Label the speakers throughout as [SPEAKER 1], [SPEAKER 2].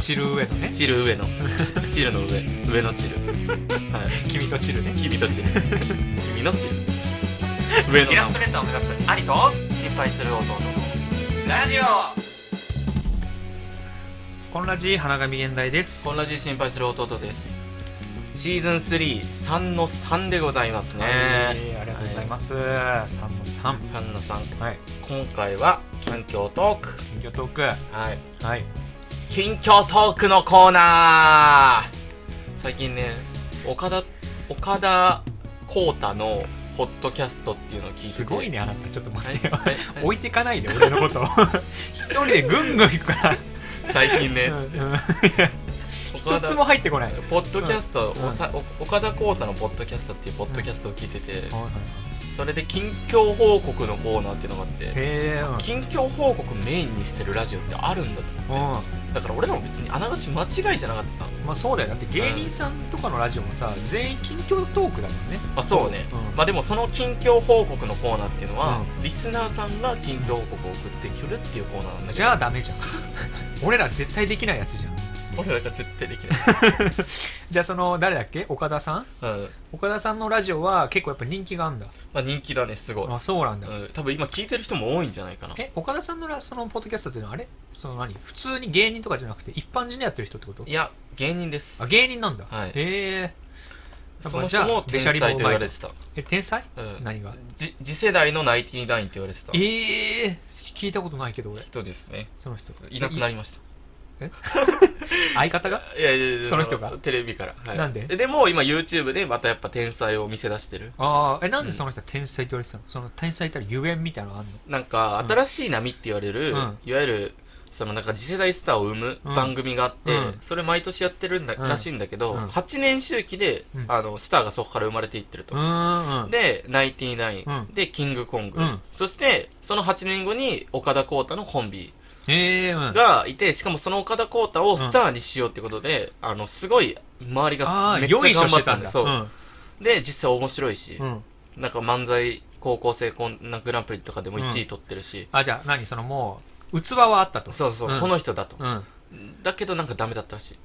[SPEAKER 1] チル上のね
[SPEAKER 2] チル上の チルの上上のチルはい
[SPEAKER 1] 君とチルね
[SPEAKER 2] 君とチル君のチル上の
[SPEAKER 3] イラストレ
[SPEAKER 2] 名前
[SPEAKER 3] ーターを目指す兄と心配する弟のラジオ
[SPEAKER 1] こんなじ花神現代です
[SPEAKER 2] こんな字心配する弟ですシーズン33の3でございますね、
[SPEAKER 1] はいありがとうございます、三の三
[SPEAKER 2] ファンのさん
[SPEAKER 1] はい
[SPEAKER 2] 今回は近況トーク
[SPEAKER 1] 近況トーク
[SPEAKER 2] はい
[SPEAKER 1] はい
[SPEAKER 2] 近況トークのコーナー最近ね岡田岡田浩太のポッドキャストっていうのを聞いて
[SPEAKER 1] すごいねあなたちょっと
[SPEAKER 2] は
[SPEAKER 1] 待
[SPEAKER 2] い
[SPEAKER 1] ってよ
[SPEAKER 2] はい
[SPEAKER 1] 置いてかないで俺のこと一人でぐんぐん行くから
[SPEAKER 2] 最近ね
[SPEAKER 1] うん
[SPEAKER 2] つって
[SPEAKER 1] うん
[SPEAKER 2] 岡
[SPEAKER 1] 一
[SPEAKER 2] 田
[SPEAKER 1] つも入ってこない
[SPEAKER 2] ポッドキャスト、
[SPEAKER 1] うん
[SPEAKER 2] おさお岡田浩太のポッドキャストっていうポッドキャストを聞いてて、
[SPEAKER 1] へ
[SPEAKER 2] それで近況報告のコーナーっていうのがあって
[SPEAKER 1] えうん
[SPEAKER 2] 近況報告メインにしてるラジオってあるんだと思ってだから俺らも別にあながち間違いじゃなかった
[SPEAKER 1] まあそうだよだって芸人さんとかのラジオもさ全員近況トークだもんね
[SPEAKER 2] まあそうね、
[SPEAKER 1] うん
[SPEAKER 2] まあでもその近況報告のコーナーっていうのは、
[SPEAKER 1] う
[SPEAKER 2] リスナーさんが近況報告を送ってくるっていうコーナーなんだけど
[SPEAKER 1] じゃあダメじゃん 俺ら絶対できないやつじゃん
[SPEAKER 2] 俺らが絶対できない、
[SPEAKER 1] じゃあその誰だっけ岡田さん
[SPEAKER 2] うん
[SPEAKER 1] 岡田さんのラジオは結構やっぱ人気があんだ
[SPEAKER 2] まあ人気だねすごい、
[SPEAKER 1] あそうなんだ、
[SPEAKER 2] うん、多分今聞いてる人も多いんじゃないかな
[SPEAKER 1] え岡田さんのラそのポッドキャストっていうのはあれその何普通に芸人とかじゃなくて一般人でやってる人ってこと
[SPEAKER 2] いや芸人です
[SPEAKER 1] あ芸人なんだ、
[SPEAKER 2] はい
[SPEAKER 1] へえ
[SPEAKER 2] その人も天才と言われてた、
[SPEAKER 1] え天才、
[SPEAKER 2] うん
[SPEAKER 1] 何が
[SPEAKER 2] じ次世代のナインティナインって言われてた
[SPEAKER 1] ええ聞いたことないけど俺
[SPEAKER 2] 人ですね
[SPEAKER 1] その人
[SPEAKER 2] いなくな
[SPEAKER 1] り
[SPEAKER 2] りました
[SPEAKER 1] 相方が
[SPEAKER 2] いやいやいや
[SPEAKER 1] その人が
[SPEAKER 2] テレビから、はい
[SPEAKER 1] なんで
[SPEAKER 2] えでも今 YouTube でまたやっぱ天才を見せ出してる
[SPEAKER 1] ああえなんでその人は天才って言われてたの、その天才ってあるゆえんみたいなのあんの
[SPEAKER 2] なんか新しい波って言われる、
[SPEAKER 1] うん
[SPEAKER 2] いわゆるそのなんか次世代スターを生む
[SPEAKER 1] うん
[SPEAKER 2] 番組があって、
[SPEAKER 1] うん
[SPEAKER 2] それ毎年やってるんだ、
[SPEAKER 1] うん
[SPEAKER 2] らしいんだけど、
[SPEAKER 1] うん
[SPEAKER 2] 8年周期で、
[SPEAKER 1] うん
[SPEAKER 2] あのスターがそこから生まれていってると、
[SPEAKER 1] ーんうん
[SPEAKER 2] で、ナインティナイ
[SPEAKER 1] う
[SPEAKER 2] ン、で、キングコング、
[SPEAKER 1] うん
[SPEAKER 2] そして、その8年後に、岡田康太のコンビ
[SPEAKER 1] ええうん
[SPEAKER 2] がいて、しかもその岡田康太をスターにしようってことで、あの、すごい、周り
[SPEAKER 1] あ
[SPEAKER 2] が
[SPEAKER 1] あ
[SPEAKER 2] すめっちゃ
[SPEAKER 1] よいしょ
[SPEAKER 2] 頑
[SPEAKER 1] し
[SPEAKER 2] 張
[SPEAKER 1] て
[SPEAKER 2] った
[SPEAKER 1] た
[SPEAKER 2] ん
[SPEAKER 1] ん
[SPEAKER 2] で、
[SPEAKER 1] だ
[SPEAKER 2] そうう。
[SPEAKER 1] ん
[SPEAKER 2] で、実際面白いし、
[SPEAKER 1] うん
[SPEAKER 2] なんか漫才、高校生コングランプリとかでも1位取ってるし、
[SPEAKER 1] あじゃあ何そのもう器はあったと
[SPEAKER 2] そうそう、
[SPEAKER 1] ん
[SPEAKER 2] この人だと。
[SPEAKER 1] うん
[SPEAKER 2] だけどなんかダメだったらしい。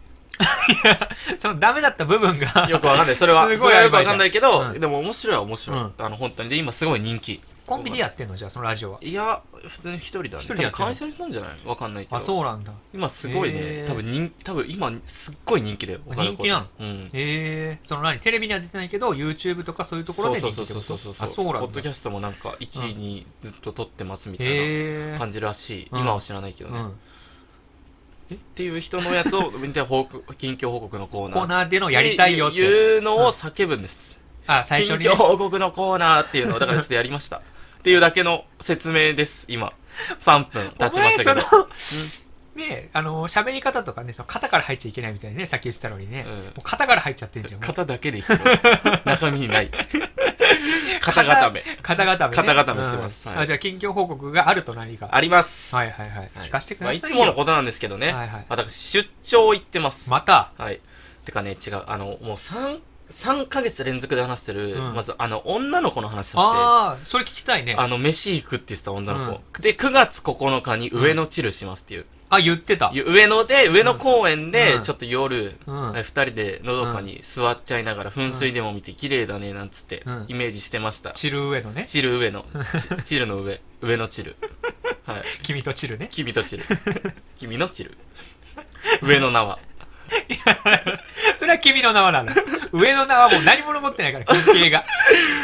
[SPEAKER 1] そのダメだった部分が
[SPEAKER 2] よくわかんない。それは、
[SPEAKER 1] す
[SPEAKER 2] そ
[SPEAKER 1] ごい
[SPEAKER 2] れはよ
[SPEAKER 1] 曖昧じゃん
[SPEAKER 2] くわかんないけど、
[SPEAKER 1] うん
[SPEAKER 2] でも面白いは面白い。
[SPEAKER 1] うん
[SPEAKER 2] あの、本当に。で、今すごい人気。
[SPEAKER 1] コンビでやってんのじゃあそのラジオはい
[SPEAKER 2] や、普通に一人だね。
[SPEAKER 1] 一人でやってる
[SPEAKER 2] 開催したんじゃないわかんないけど。
[SPEAKER 1] あそうなんだ
[SPEAKER 2] 今すごいね
[SPEAKER 1] へー
[SPEAKER 2] 多分人多分今すっごい人気だよ
[SPEAKER 1] 人気なの
[SPEAKER 2] うん
[SPEAKER 1] ええその何テレビには出てないけど YouTube とかそういうところで
[SPEAKER 2] そ
[SPEAKER 1] 人
[SPEAKER 2] う
[SPEAKER 1] 気
[SPEAKER 2] そ
[SPEAKER 1] っ
[SPEAKER 2] う
[SPEAKER 1] て
[SPEAKER 2] そ
[SPEAKER 1] こ
[SPEAKER 2] う
[SPEAKER 1] と
[SPEAKER 2] そうそう
[SPEAKER 1] あそうな
[SPEAKER 2] ポ
[SPEAKER 1] ん
[SPEAKER 2] ッド
[SPEAKER 1] だ
[SPEAKER 2] キャストもなんか1位にずっと撮ってますみたい
[SPEAKER 1] へ
[SPEAKER 2] な
[SPEAKER 1] え
[SPEAKER 2] 感じらしい
[SPEAKER 1] うん
[SPEAKER 2] 今は知らないけど
[SPEAKER 1] う
[SPEAKER 2] ねっ
[SPEAKER 1] ん
[SPEAKER 2] ていう人のやつをみたいな報告近況報告のコーナー
[SPEAKER 1] コーナーでのやりたいよっ
[SPEAKER 2] って
[SPEAKER 1] て
[SPEAKER 2] いうのを叫ぶんです
[SPEAKER 1] あ最
[SPEAKER 2] 近
[SPEAKER 1] 初にね
[SPEAKER 2] 況報告のコーナーっていうのをだからちょっとやり ましたっていうだけの説明です今3分経ちましたけど
[SPEAKER 1] お前その、ねあの、喋り方とかね、その肩から入っちゃいけないみたいにね、さっき言ってたのにね、
[SPEAKER 2] うん
[SPEAKER 1] もう肩から入っちゃってんじゃん。もう
[SPEAKER 2] 型だけでいくよ中身 にない型固め
[SPEAKER 1] 肩固め、ね。
[SPEAKER 2] 肩固めしてます
[SPEAKER 1] うん
[SPEAKER 2] はい
[SPEAKER 1] あ、じゃあ、近況報告があると何か。
[SPEAKER 2] あります
[SPEAKER 1] はいはいはい。聞かせてくださいよ。
[SPEAKER 2] まあ、いつものことなんですけどね、
[SPEAKER 1] はいはい
[SPEAKER 2] 私出張行ってます、
[SPEAKER 1] また、
[SPEAKER 2] はいてかね違うあのもう 3, 3ヶ月連続で話してる、
[SPEAKER 1] うん
[SPEAKER 2] まずあの女の子の話させ
[SPEAKER 1] ああ、それ聞きたいね
[SPEAKER 2] て。あの飯行くって言ってた女の子、で9月9日に上野チルしますっていう、
[SPEAKER 1] あ、言ってた。
[SPEAKER 2] ゆ上野で上野公園で
[SPEAKER 1] うん
[SPEAKER 2] ちょっと夜、
[SPEAKER 1] うん
[SPEAKER 2] 2人でのどかに座っちゃいながら噴水でも見て綺麗だねなんつって
[SPEAKER 1] うん
[SPEAKER 2] イメージしてました、
[SPEAKER 1] チル上のね、
[SPEAKER 2] チル上 野チチルの上上野チルはい
[SPEAKER 1] 君とチルね。
[SPEAKER 2] 君 とチル君のチル上の名は
[SPEAKER 1] それは君の名はなの。上の名はもう何者持ってないから、関係 が。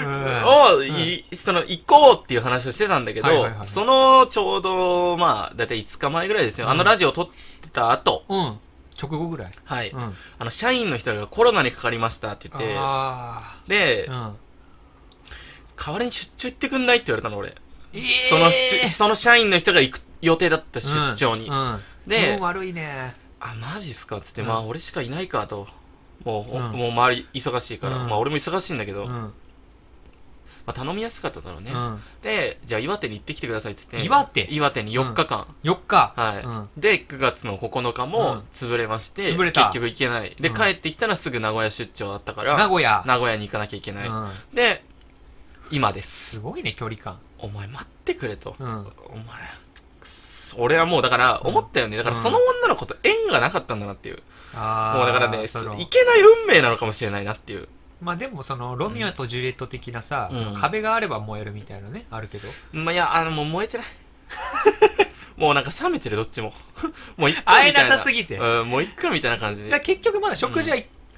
[SPEAKER 1] うん。
[SPEAKER 2] を、いその行こうっていう話をしてたんだけど、
[SPEAKER 1] はいはいはい
[SPEAKER 2] そのちょうどまあだいたい5日前ぐらいですよ、あのラジオを撮ってた後
[SPEAKER 1] うん。直後ぐらい。
[SPEAKER 2] はい、
[SPEAKER 1] うん。
[SPEAKER 2] あの社員の人がコロナにかかりましたって言って
[SPEAKER 1] あ
[SPEAKER 2] で、
[SPEAKER 1] あ。うん。
[SPEAKER 2] 代わりに出張行ってくんないって言われたの俺、
[SPEAKER 1] えー
[SPEAKER 2] そのしその社員の人が行く予定だった出張に、
[SPEAKER 1] うんうん
[SPEAKER 2] で
[SPEAKER 1] 運悪いね
[SPEAKER 2] あマジっすかっつって、
[SPEAKER 1] うん
[SPEAKER 2] まあ俺しかいないかともう、
[SPEAKER 1] う
[SPEAKER 2] お
[SPEAKER 1] ん
[SPEAKER 2] もう周り忙しいから、
[SPEAKER 1] うん
[SPEAKER 2] まあ俺も忙しいんだけど、
[SPEAKER 1] う
[SPEAKER 2] ま
[SPEAKER 1] ん
[SPEAKER 2] あ、頼みやすかっただろうね、
[SPEAKER 1] うん
[SPEAKER 2] でじゃあ岩手に行ってきてくださいっつって
[SPEAKER 1] 岩手
[SPEAKER 2] 岩手に4日間、
[SPEAKER 1] 4日
[SPEAKER 2] はい、
[SPEAKER 1] うん
[SPEAKER 2] で、9月の9日
[SPEAKER 1] うん
[SPEAKER 2] も潰れまして、
[SPEAKER 1] 潰れた
[SPEAKER 2] 結局行けない。で、
[SPEAKER 1] うん
[SPEAKER 2] 帰ってきたらすぐ名古屋出張あったから、
[SPEAKER 1] 名古屋
[SPEAKER 2] 名古屋に行かなきゃいけない。
[SPEAKER 1] うん
[SPEAKER 2] で、今です。
[SPEAKER 1] すごいね距離感
[SPEAKER 2] お前待ってくれと。
[SPEAKER 1] うん
[SPEAKER 2] お前、くそ俺はもうだから
[SPEAKER 1] うん
[SPEAKER 2] 思ったよね。だから
[SPEAKER 1] うん
[SPEAKER 2] その女の子と縁がなかったんだなっていう。
[SPEAKER 1] あー
[SPEAKER 2] もうだからね、いけ
[SPEAKER 1] そ
[SPEAKER 2] な
[SPEAKER 1] の
[SPEAKER 2] い運命なのかもしれないなっていう。
[SPEAKER 1] まあでもそのロミオとジュリエット的なさ、
[SPEAKER 2] うん
[SPEAKER 1] その壁があれば燃えるみたいなねあるけど
[SPEAKER 2] まあ、いや、あの、もう燃えてない。 もうなんか冷めてる、どっちも。 もういっか
[SPEAKER 1] 会え
[SPEAKER 2] みたい
[SPEAKER 1] なさすぎて
[SPEAKER 2] うん、もういっかみたいな感じ
[SPEAKER 1] だから
[SPEAKER 2] で。
[SPEAKER 1] 結局まだ食事は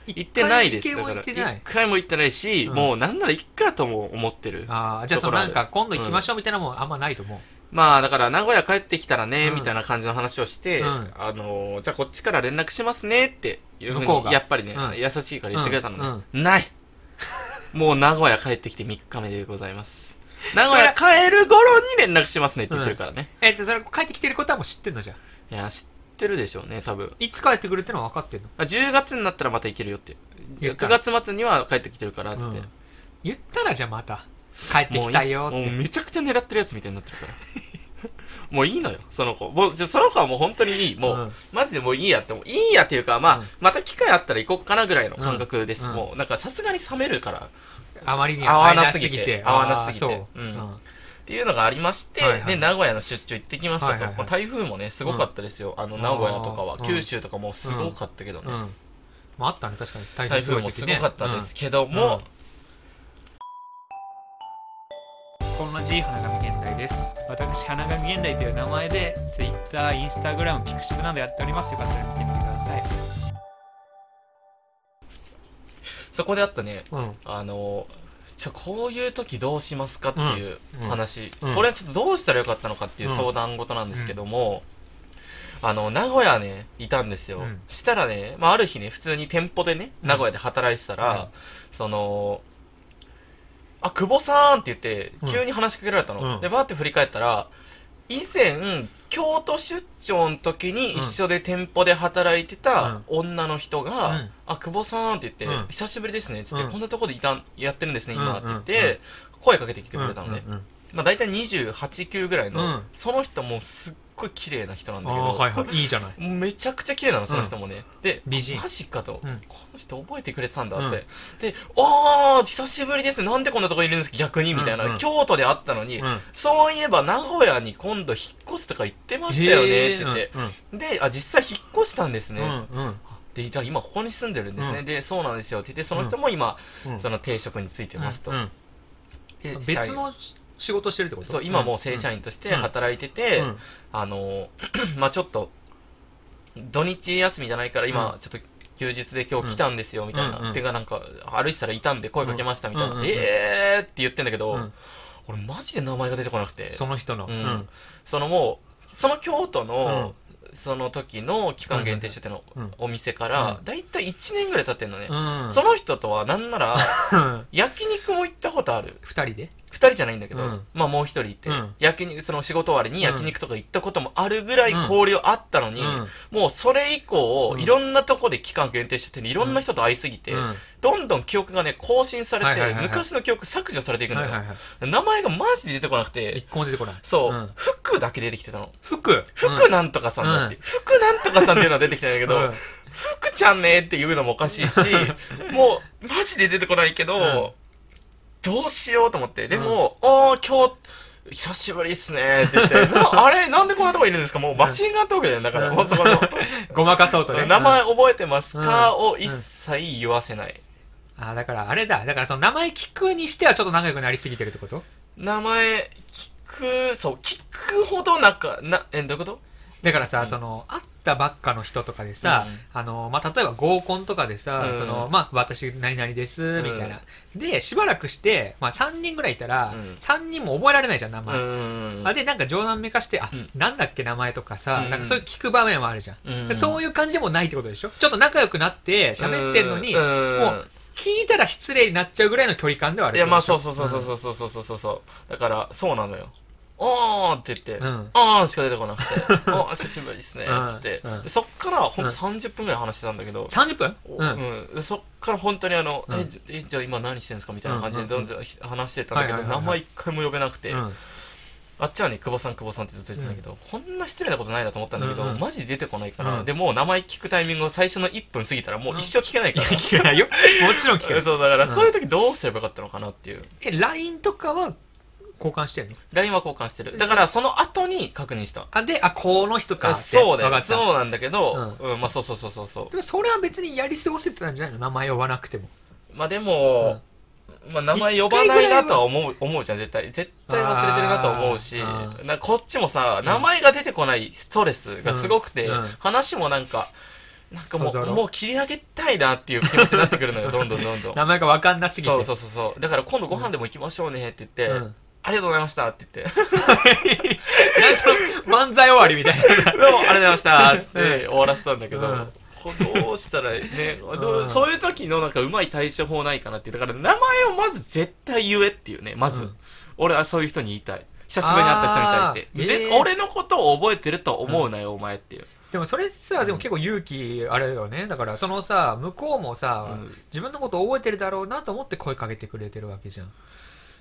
[SPEAKER 2] 行ってないです。
[SPEAKER 1] 一
[SPEAKER 2] だ
[SPEAKER 1] 回も
[SPEAKER 2] から、
[SPEAKER 1] 行っ
[SPEAKER 2] 一
[SPEAKER 1] てない
[SPEAKER 2] 回も行ってないし、
[SPEAKER 1] うん
[SPEAKER 2] もうなんならいっかとも思ってる。
[SPEAKER 1] ああじゃあそのなんか今度行きましょうみたいなのもんあんまないと思う、
[SPEAKER 2] まあ、だから、名古屋帰ってきたらね、
[SPEAKER 1] うん
[SPEAKER 2] みたいな感じの話をして、
[SPEAKER 1] うん
[SPEAKER 2] あのー、じゃあこっちから連絡しますね、っていうふう
[SPEAKER 1] 向こう
[SPEAKER 2] に、
[SPEAKER 1] が
[SPEAKER 2] やっぱりね、
[SPEAKER 1] うん
[SPEAKER 2] 優しいから言ってくれたのね。
[SPEAKER 1] うん
[SPEAKER 2] ない もう名古屋帰ってきて3日目でござい ます。名古屋帰る頃に連絡しますねって言ってるからね。
[SPEAKER 1] えっとそれ帰ってきてることはもう知ってんのじゃん
[SPEAKER 2] いや、知ってるでしょうね、多分。
[SPEAKER 1] いつ帰ってくるってのは分かってんの
[SPEAKER 2] あ10月になったらまた行けるよって
[SPEAKER 1] 言った
[SPEAKER 2] 9月末には帰ってきてるからっつって、
[SPEAKER 1] うん言ったらじゃあまた帰って
[SPEAKER 2] もう
[SPEAKER 1] きたよっ
[SPEAKER 2] いもう
[SPEAKER 1] て
[SPEAKER 2] めちゃくちゃ狙ってるやつみたいになってるから もういいのよその子もうじゃその子はもう本当にいいもう、
[SPEAKER 1] うん
[SPEAKER 2] マジでもういいやってもういいやっていうかまあ、
[SPEAKER 1] うん
[SPEAKER 2] また機会あったら行こっかなぐらいの感覚です、
[SPEAKER 1] うん
[SPEAKER 2] もうなんかさすがに冷めるから
[SPEAKER 1] あまりに
[SPEAKER 2] 合
[SPEAKER 1] も
[SPEAKER 2] わなすぎて
[SPEAKER 1] 合わ
[SPEAKER 2] 合わ
[SPEAKER 1] な
[SPEAKER 2] な
[SPEAKER 1] す
[SPEAKER 2] すぎ
[SPEAKER 1] ぎ
[SPEAKER 2] て
[SPEAKER 1] てあーそう、
[SPEAKER 2] うんっていうのがありまして、
[SPEAKER 1] はいはい
[SPEAKER 2] で名古屋の出張行ってきましたと、
[SPEAKER 1] はいはいはい
[SPEAKER 2] まあ台風もねすごかったですよ、あの名古屋とかは
[SPEAKER 1] あー
[SPEAKER 2] 九州とかもすごかったけどね、
[SPEAKER 1] うん、まあ、あったね確かに台
[SPEAKER 2] 台風
[SPEAKER 1] ごい
[SPEAKER 2] も
[SPEAKER 1] 時
[SPEAKER 2] す
[SPEAKER 1] ね
[SPEAKER 2] ごかったですけども、
[SPEAKER 4] こんな G 花神現代です私花神現代という名前で Twitter、Instagram、ピクシブなどやっておりますよかったら見てみてください
[SPEAKER 2] そこであったね
[SPEAKER 1] うん、
[SPEAKER 2] あのちょこういう時どうしますかっていう
[SPEAKER 1] うん
[SPEAKER 2] 話、
[SPEAKER 1] うん
[SPEAKER 2] これはちょっとどうしたらよかったのかっていう
[SPEAKER 1] うん
[SPEAKER 2] 相談事なんですけども、あの名古屋ねいたんですよ、
[SPEAKER 1] うん
[SPEAKER 2] したらね、まあ、ある日ね普通に店舗でね
[SPEAKER 1] うん
[SPEAKER 2] 名古屋で働いてたら、
[SPEAKER 1] うん
[SPEAKER 2] そのあ久保さんって言って
[SPEAKER 1] うん
[SPEAKER 2] 急に話しかけられたの、
[SPEAKER 1] うん
[SPEAKER 2] でバーって振り返ったら以前京都出張の時に一緒で店舗で働いてた女の人が、
[SPEAKER 1] うん
[SPEAKER 2] あ久保さんって言って、
[SPEAKER 1] うん
[SPEAKER 2] 久しぶりですねっつって、
[SPEAKER 1] うん
[SPEAKER 2] こんなとこでいたんやってるんですね今って言って、
[SPEAKER 1] うんうんう
[SPEAKER 2] 声かけてきてくれたのね、
[SPEAKER 1] うんうんうん
[SPEAKER 2] まあ、大体28級ぐらいの、
[SPEAKER 1] うん
[SPEAKER 2] その人もすっごい綺麗な人なんだけど、
[SPEAKER 1] ああーはいはいいいじゃない
[SPEAKER 2] もうめちゃくちゃ綺麗なのその人もね、で
[SPEAKER 1] 美人
[SPEAKER 2] マジかと、
[SPEAKER 1] うん
[SPEAKER 2] この人覚えてくれてたんだって、
[SPEAKER 1] うん
[SPEAKER 2] で「ああ久しぶりですねなんでこんなとこにいるんですか逆に」みたいな、
[SPEAKER 1] うんうん
[SPEAKER 2] 京都で会ったのに、
[SPEAKER 1] うん
[SPEAKER 2] そういえば名古屋に今度引っ越すとか言ってましたよねって言って、であ実際引っ越したんですね、
[SPEAKER 1] うん
[SPEAKER 2] つって
[SPEAKER 1] うん
[SPEAKER 2] でじゃあ今ここに住んでるんですね、
[SPEAKER 1] う
[SPEAKER 2] でそうなんですよって言ってその人も今、
[SPEAKER 1] うん
[SPEAKER 2] その定職についてますと、
[SPEAKER 1] うんうん
[SPEAKER 2] で社
[SPEAKER 1] 別
[SPEAKER 2] 員
[SPEAKER 1] のし仕事してるってこと
[SPEAKER 2] そう今もう正社員として働いてて、
[SPEAKER 1] うんうん
[SPEAKER 2] あの ーまあちょっと土日休みじゃないから今ちょっと休日で今日来たんですよみたいな、
[SPEAKER 1] うんうん
[SPEAKER 2] てかなんか歩いてたらいたんで声かけましたみたいな、
[SPEAKER 1] うんうんうん
[SPEAKER 2] えーって言ってんだけど、
[SPEAKER 1] うん
[SPEAKER 2] 俺マジで名前が出てこなくて
[SPEAKER 1] その人の
[SPEAKER 2] う
[SPEAKER 1] うんん
[SPEAKER 2] そのもうその京都の、その時の期間限定してての
[SPEAKER 1] うん
[SPEAKER 2] お店から、
[SPEAKER 1] うん
[SPEAKER 2] だいたい1年ぐらい経ってんのね、
[SPEAKER 1] うん
[SPEAKER 2] その人とはなんなら
[SPEAKER 1] 2
[SPEAKER 2] 焼肉も行ったことある
[SPEAKER 1] 人で
[SPEAKER 2] 2人じゃないんだけど、
[SPEAKER 1] うん
[SPEAKER 2] まあもう1人いて、
[SPEAKER 1] うん
[SPEAKER 2] 焼肉その仕事終わりに焼肉とか行ったこともあるぐらい交流あったのに、
[SPEAKER 1] うん
[SPEAKER 2] もうそれ以降、
[SPEAKER 1] うん
[SPEAKER 2] いろんなとこで期間限定してていろんな人と会いすぎて、
[SPEAKER 1] うん
[SPEAKER 2] どんどん記憶がね更新されて、
[SPEAKER 1] はいはいはいはい
[SPEAKER 2] 昔の記憶削除されていくの
[SPEAKER 1] はい
[SPEAKER 2] よ、
[SPEAKER 1] はいは
[SPEAKER 2] 名前がマジで出てこなく
[SPEAKER 1] い
[SPEAKER 2] て
[SPEAKER 1] 一個も出てこない
[SPEAKER 2] そう、
[SPEAKER 1] ん
[SPEAKER 2] 服だけ出てきてたの
[SPEAKER 1] 服
[SPEAKER 2] 服なんとかさんだって、服なんとかさんっていうのは出てきたんだけど、
[SPEAKER 1] うん
[SPEAKER 2] 福ちゃんねっていうのもおかし いし、もう、マジで出てこないけど、
[SPEAKER 1] ん
[SPEAKER 2] どうしようと思って、でも、ああ、今日、久しぶりっすねって言って、 なあれなんでこんなとこいるんですかもうマシンガントークだよ、だから、
[SPEAKER 1] うん
[SPEAKER 2] もうそ この、
[SPEAKER 1] ごまかそうとね
[SPEAKER 2] 名前覚えてますか、
[SPEAKER 1] うん
[SPEAKER 2] を一切言わせない。
[SPEAKER 1] あーだからあれだだからその名前聞くにしてはちょっと仲良くなりすぎてるってこと
[SPEAKER 2] 名前、聞く、そう、聞くほどなんか、な、え、どういうこと
[SPEAKER 1] だからさ、その会ったばっかの人とかでさ、
[SPEAKER 2] うん
[SPEAKER 1] あのまあ、例えば合コンとかでさ、
[SPEAKER 2] うん
[SPEAKER 1] そのまあ、私何々ですみたいな、でしばらくして、まあ、3人ぐらいいたら、
[SPEAKER 2] うん
[SPEAKER 1] 3人も覚えられないじゃん名
[SPEAKER 2] う
[SPEAKER 1] 前、
[SPEAKER 2] ん。
[SPEAKER 1] あでなんか冗談めかしてあ、
[SPEAKER 2] うん
[SPEAKER 1] なんだっけ名前とかさ、
[SPEAKER 2] うん
[SPEAKER 1] なんかそういう聞く場面はあるじゃん、
[SPEAKER 2] うん
[SPEAKER 1] でそういう感じでもないってことでしょちょっと仲良くなって喋ってんのに、
[SPEAKER 2] うん
[SPEAKER 1] もう聞いたら失礼になっちゃうぐらいの距離感ではある
[SPEAKER 2] いや、まあ、そう
[SPEAKER 1] う
[SPEAKER 2] そうそうそうそうそうそうそうそう、だから、そうなのよ。あーって言って、
[SPEAKER 1] うん
[SPEAKER 2] あーしか出てこなくて、 あー久しぶりですね、
[SPEAKER 1] うん
[SPEAKER 2] つって、
[SPEAKER 1] うん
[SPEAKER 2] でそっから、ほんと
[SPEAKER 1] うん
[SPEAKER 2] 30分ぐらい話してたんだけど、
[SPEAKER 1] 30分
[SPEAKER 2] お
[SPEAKER 1] うん、
[SPEAKER 2] うんでそっから本当にあの、
[SPEAKER 1] うん
[SPEAKER 2] え、じゃえじゃあ今何してんですかみたいな感じで
[SPEAKER 1] うん
[SPEAKER 2] どんどん話してたんだけど、
[SPEAKER 1] はいはいはいはい
[SPEAKER 2] 名前一回も呼べなくて、
[SPEAKER 1] うん
[SPEAKER 2] あっちはね、久保さん久保さんってずっと言ってたんだけど、こんな失礼なことないなと思ったんだけど、
[SPEAKER 1] うんうん
[SPEAKER 2] マジで出てこないから、
[SPEAKER 1] うん
[SPEAKER 2] でもう名前聞くタイミングを最初の1分過ぎたらもう一生聞けないから。
[SPEAKER 1] 聞けない よもちろん聞けない
[SPEAKER 2] そう、だから、
[SPEAKER 1] ん
[SPEAKER 2] そういう時どうすればよかったのかなっていう。
[SPEAKER 1] え LINE とかは交換してんの
[SPEAKER 2] LINE は交換してる。だから、その後に確認した。
[SPEAKER 1] あ、で、あ、この人かって。
[SPEAKER 2] そうだ
[SPEAKER 1] わか
[SPEAKER 2] よ。
[SPEAKER 1] った。
[SPEAKER 2] そうなんだけど、うん、まあ、そうそうそうそうそう。
[SPEAKER 1] でもそれは別にやり過ごせてたんじゃないの名前呼ばなくても。
[SPEAKER 2] まあでも、まあ名前呼ばないなとは思う、思うじゃん、絶対。絶対忘れてるなとは思うし、
[SPEAKER 1] あ
[SPEAKER 2] なんかこっちもさ、名前が出てこないストレスがすごくて、
[SPEAKER 1] うんうん
[SPEAKER 2] 話もなんか、なんかも
[SPEAKER 1] そうだ
[SPEAKER 2] う、
[SPEAKER 1] ろ
[SPEAKER 2] もう切り上げたいなっていう気持ちになってく るのよ、どんどんどんどん。
[SPEAKER 1] 名前がわかんなすぎて。
[SPEAKER 2] そうそうそうそう。だから今度ご飯でも行きましょうねって言って、
[SPEAKER 1] うん
[SPEAKER 2] ありがとうございましたって言っ て、
[SPEAKER 1] なんその漫才終わりみたいな。
[SPEAKER 2] どうもありがとうございましたっつって終わらせたんだけど、
[SPEAKER 1] うん
[SPEAKER 2] こうどうしたらね、
[SPEAKER 1] う
[SPEAKER 2] ど
[SPEAKER 1] ん
[SPEAKER 2] うそういう時のなんかうまい対処法ないかなっていう。だから名前をまず絶対言えっていうね、まず。
[SPEAKER 1] うん
[SPEAKER 2] 俺はそういう人に言いたい。久しぶりに会った人に対して
[SPEAKER 1] あ。ー
[SPEAKER 2] ぜ
[SPEAKER 1] えー
[SPEAKER 2] 俺のことを覚えてると思うなよ、お前っていう。
[SPEAKER 1] でもそれさ、でも結構勇気あれだよね。だからそのさ、向こうもさ、
[SPEAKER 2] うん
[SPEAKER 1] 自分のこと覚えてるだろうなと思って声かけてくれてるわけじゃん。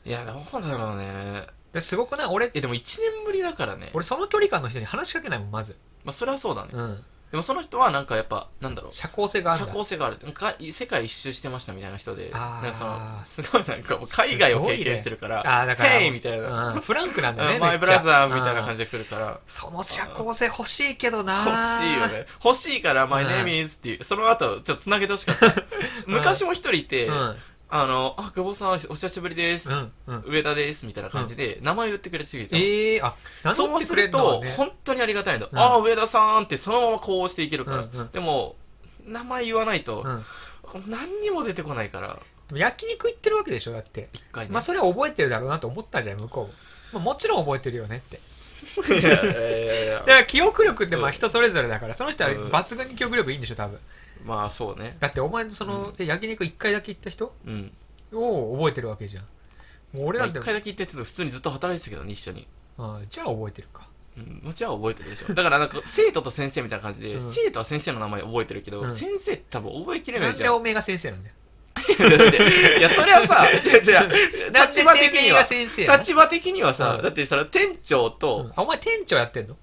[SPEAKER 2] いや、どうだろうね。
[SPEAKER 1] ですごくない俺
[SPEAKER 2] え、、でも1年ぶりだからね。
[SPEAKER 1] 俺その距離感の人に話しかけないもん、まず。
[SPEAKER 2] まあ、それはそうだね。
[SPEAKER 1] うん。
[SPEAKER 2] でもその人はなんかやっぱ、なんだろう。
[SPEAKER 1] 社交性がある
[SPEAKER 2] 社
[SPEAKER 1] んだ。
[SPEAKER 2] 交性があるなんか世界一周してましたみたいな人で
[SPEAKER 1] あー
[SPEAKER 2] なんかそのすごいなんかもう海外を経験してるから
[SPEAKER 1] ああー、だ
[SPEAKER 2] 「
[SPEAKER 1] から。
[SPEAKER 2] ヘイ!」みたいな
[SPEAKER 1] うんフランクなん
[SPEAKER 2] 「
[SPEAKER 1] だね。
[SPEAKER 2] マイブラザー」みたいな感
[SPEAKER 1] じ。
[SPEAKER 2] じで来るから
[SPEAKER 1] その社交性欲しいけどな。
[SPEAKER 2] 欲しいよ。ね欲しいから「マイネームイズ」っていうその後ちょっとつなげてほしかった昔も一人いて
[SPEAKER 1] うん。
[SPEAKER 2] 「あのあ久保さんお久しぶりです
[SPEAKER 1] うん。うん。
[SPEAKER 2] 上田です」みたいな感じで名前言ってくれてる人いたの
[SPEAKER 1] ええー、あ、名乗
[SPEAKER 2] そ
[SPEAKER 1] っ
[SPEAKER 2] う
[SPEAKER 1] て
[SPEAKER 2] す
[SPEAKER 1] くれ
[SPEAKER 2] る
[SPEAKER 1] るのは
[SPEAKER 2] と
[SPEAKER 1] ね。
[SPEAKER 2] 本当にありがたいの
[SPEAKER 1] うん
[SPEAKER 2] ああ上田さんってそのままこうしていけるか
[SPEAKER 1] う
[SPEAKER 2] ら
[SPEAKER 1] んうん
[SPEAKER 2] でも名前言わないと
[SPEAKER 1] うん。
[SPEAKER 2] 何にも出てこないから
[SPEAKER 1] でも焼肉行ってるわけでしょだって。
[SPEAKER 2] 一回ね
[SPEAKER 1] まあそれは覚えてるだろうなと思ったじゃん、向こうも。まあもちろん覚えてるよねって。
[SPEAKER 2] いやいやいやい
[SPEAKER 1] だ
[SPEAKER 2] や
[SPEAKER 1] から記憶力ってまあ人それぞれだから、その人は
[SPEAKER 2] うん
[SPEAKER 1] 抜群に記憶力いいんでしょ、多分。
[SPEAKER 2] まあそうね。
[SPEAKER 1] だってお前のその、え焼肉一回だけ行った人
[SPEAKER 2] うん。
[SPEAKER 1] を覚えてるわけじゃん。もう俺
[SPEAKER 2] ま
[SPEAKER 1] な
[SPEAKER 2] あ
[SPEAKER 1] んて、
[SPEAKER 2] 一回だけ言ってちょっと普通にずっと働いてたけどね、一緒に。
[SPEAKER 1] ああじゃあ覚えてるか。
[SPEAKER 2] うん。もちろん覚えてるでしょ。だからなんか生徒と先生みたいな感じで、
[SPEAKER 1] うん
[SPEAKER 2] 生徒は先生の名前覚えてるけど、
[SPEAKER 1] うん
[SPEAKER 2] 先生って多分覚えきれな
[SPEAKER 1] ないん
[SPEAKER 2] じ
[SPEAKER 1] で
[SPEAKER 2] ゃん。
[SPEAKER 1] おめえが先生なんだよ。
[SPEAKER 2] だ っていや、それ はさ、違う違う。
[SPEAKER 1] なんで
[SPEAKER 2] 立場的
[SPEAKER 1] てめえ
[SPEAKER 2] に
[SPEAKER 1] が
[SPEAKER 2] は。
[SPEAKER 1] 先生なの
[SPEAKER 2] 立場的にはさ、
[SPEAKER 1] うん
[SPEAKER 2] だってそれは店長
[SPEAKER 1] う
[SPEAKER 2] と
[SPEAKER 1] ん、あお前店長やってんの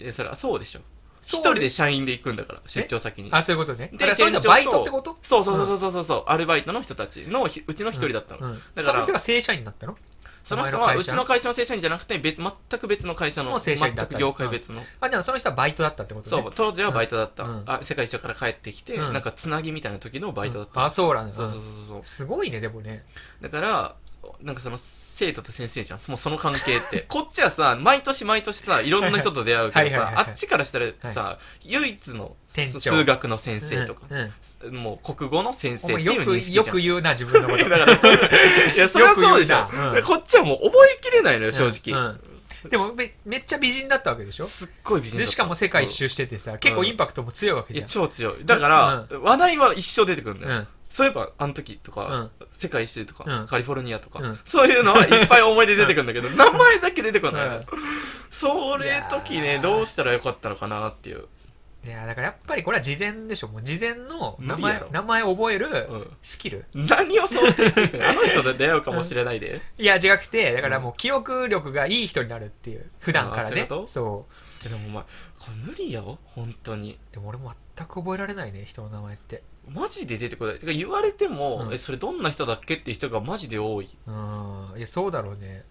[SPEAKER 2] えそれはそうでしょ。
[SPEAKER 1] そ
[SPEAKER 2] 一
[SPEAKER 1] う
[SPEAKER 2] 人で社員で行くんだから、出張先に。
[SPEAKER 1] あ、そういうことね。
[SPEAKER 2] で
[SPEAKER 1] だからそういうの
[SPEAKER 2] 店長と
[SPEAKER 1] バイトってこと
[SPEAKER 2] そうそうそうそうそうそう、アルバイトの人たちのひうちの一人だったの。
[SPEAKER 1] うん。
[SPEAKER 2] ら
[SPEAKER 1] その人が正社員になったの
[SPEAKER 2] その人は
[SPEAKER 1] お前の会
[SPEAKER 2] う
[SPEAKER 1] 社
[SPEAKER 2] ちの会社の正社員じゃなくて別全く別の会社
[SPEAKER 1] もう
[SPEAKER 2] の
[SPEAKER 1] 正
[SPEAKER 2] 全
[SPEAKER 1] 社員だった
[SPEAKER 2] く業界別の、
[SPEAKER 1] あ、でもその人はバイトだったってこと
[SPEAKER 2] そ
[SPEAKER 1] ね。
[SPEAKER 2] う当時はバイトだった、
[SPEAKER 1] うん
[SPEAKER 2] あ世界一周から帰ってきて、
[SPEAKER 1] うん
[SPEAKER 2] なんかつなぎみたいな時のバイトだった、
[SPEAKER 1] あ、そうなんだ。
[SPEAKER 2] そうそう
[SPEAKER 1] うん
[SPEAKER 2] そうそう
[SPEAKER 1] すごいね、でもね。
[SPEAKER 2] だからなんかその生徒と先生じゃんもうその関係って こっちはさ毎年毎年さいろんな人と出会うけど
[SPEAKER 1] はいはいはい
[SPEAKER 2] さ
[SPEAKER 1] はい
[SPEAKER 2] あっちからしたらさ、唯一の
[SPEAKER 1] 店長
[SPEAKER 2] 数学の先生とか、
[SPEAKER 1] うんうん
[SPEAKER 2] もう国語の先
[SPEAKER 1] お
[SPEAKER 2] 生って
[SPEAKER 1] 前
[SPEAKER 2] いう
[SPEAKER 1] よ
[SPEAKER 2] 認
[SPEAKER 1] く、
[SPEAKER 2] 識じ
[SPEAKER 1] よ
[SPEAKER 2] ゃん
[SPEAKER 1] く言うな、自分のこ と。
[SPEAKER 2] だからそれいやそれはそうでし
[SPEAKER 1] よ
[SPEAKER 2] ょ
[SPEAKER 1] く言うな、うん
[SPEAKER 2] でこっちはもう覚えきれないのよ正直、
[SPEAKER 1] うんうんでもめめっちゃ美人だったわけでしょ
[SPEAKER 2] すっごい美人だ
[SPEAKER 1] で
[SPEAKER 2] った
[SPEAKER 1] しかも世界一周しててさ、結構インパクトも強いわけ
[SPEAKER 2] い
[SPEAKER 1] じ
[SPEAKER 2] や
[SPEAKER 1] ゃん、
[SPEAKER 2] 超強いだから、話題は一生出てくるんだよ、
[SPEAKER 1] うん
[SPEAKER 2] そういえばあの時とか、世界一周とか、
[SPEAKER 1] うん
[SPEAKER 2] カリフォルニアとか、
[SPEAKER 1] うん
[SPEAKER 2] そういうのはいっぱい思い出出てくるんだけど、名前だけ出てこないの、
[SPEAKER 1] うん
[SPEAKER 2] それ時
[SPEAKER 1] いや
[SPEAKER 2] ね
[SPEAKER 1] ー
[SPEAKER 2] どうしたらよかったのかなっていう、
[SPEAKER 1] いやだからやっぱりこれは事前でしょもう事前の名
[SPEAKER 2] 無理
[SPEAKER 1] 前
[SPEAKER 2] やろ
[SPEAKER 1] 名前覚える
[SPEAKER 2] うん
[SPEAKER 1] スキル、
[SPEAKER 2] 何を想定してる のあの人と出会うかもしれないで、
[SPEAKER 1] いや違くてだからもう記憶力がいい人になるっていう普段から
[SPEAKER 2] あーそうい
[SPEAKER 1] ね
[SPEAKER 2] うこと
[SPEAKER 1] そう
[SPEAKER 2] でもお前これ無理よ本当に
[SPEAKER 1] でも俺も全く覚えられないね人の名前って
[SPEAKER 2] マジで出てこないてか言われても、
[SPEAKER 1] うん
[SPEAKER 2] えそれどんな人だっけって人がマジで多い
[SPEAKER 1] うんいやそうだろうね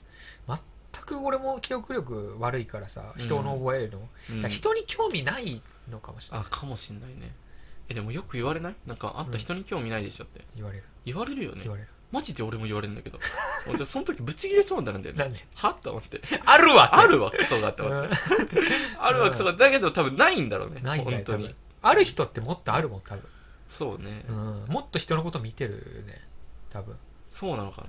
[SPEAKER 1] 全く俺も記憶力悪いからさ人の覚えるの、
[SPEAKER 2] うん
[SPEAKER 1] だから人に興味ないのかもしれない
[SPEAKER 2] あかもしんないねえでもよく言われないなんかあんた人に興味ないでしょって、
[SPEAKER 1] 言われる
[SPEAKER 2] 言われるよね
[SPEAKER 1] 言われる
[SPEAKER 2] マジで俺も言われるん だけど俺その時ブチギレそうになるんだよ
[SPEAKER 1] な
[SPEAKER 2] ね
[SPEAKER 1] んで
[SPEAKER 2] はって思って
[SPEAKER 1] あるわ
[SPEAKER 2] あるわクソがって思って
[SPEAKER 1] う
[SPEAKER 2] あるわクソがだけど多分ないんだろうね
[SPEAKER 1] んないね
[SPEAKER 2] 本当
[SPEAKER 1] 多
[SPEAKER 2] に
[SPEAKER 1] 分ある人ってもっとあるもん多分、
[SPEAKER 2] そうね、
[SPEAKER 1] うん、もっと人のこと見てるよね多分
[SPEAKER 2] そうなのか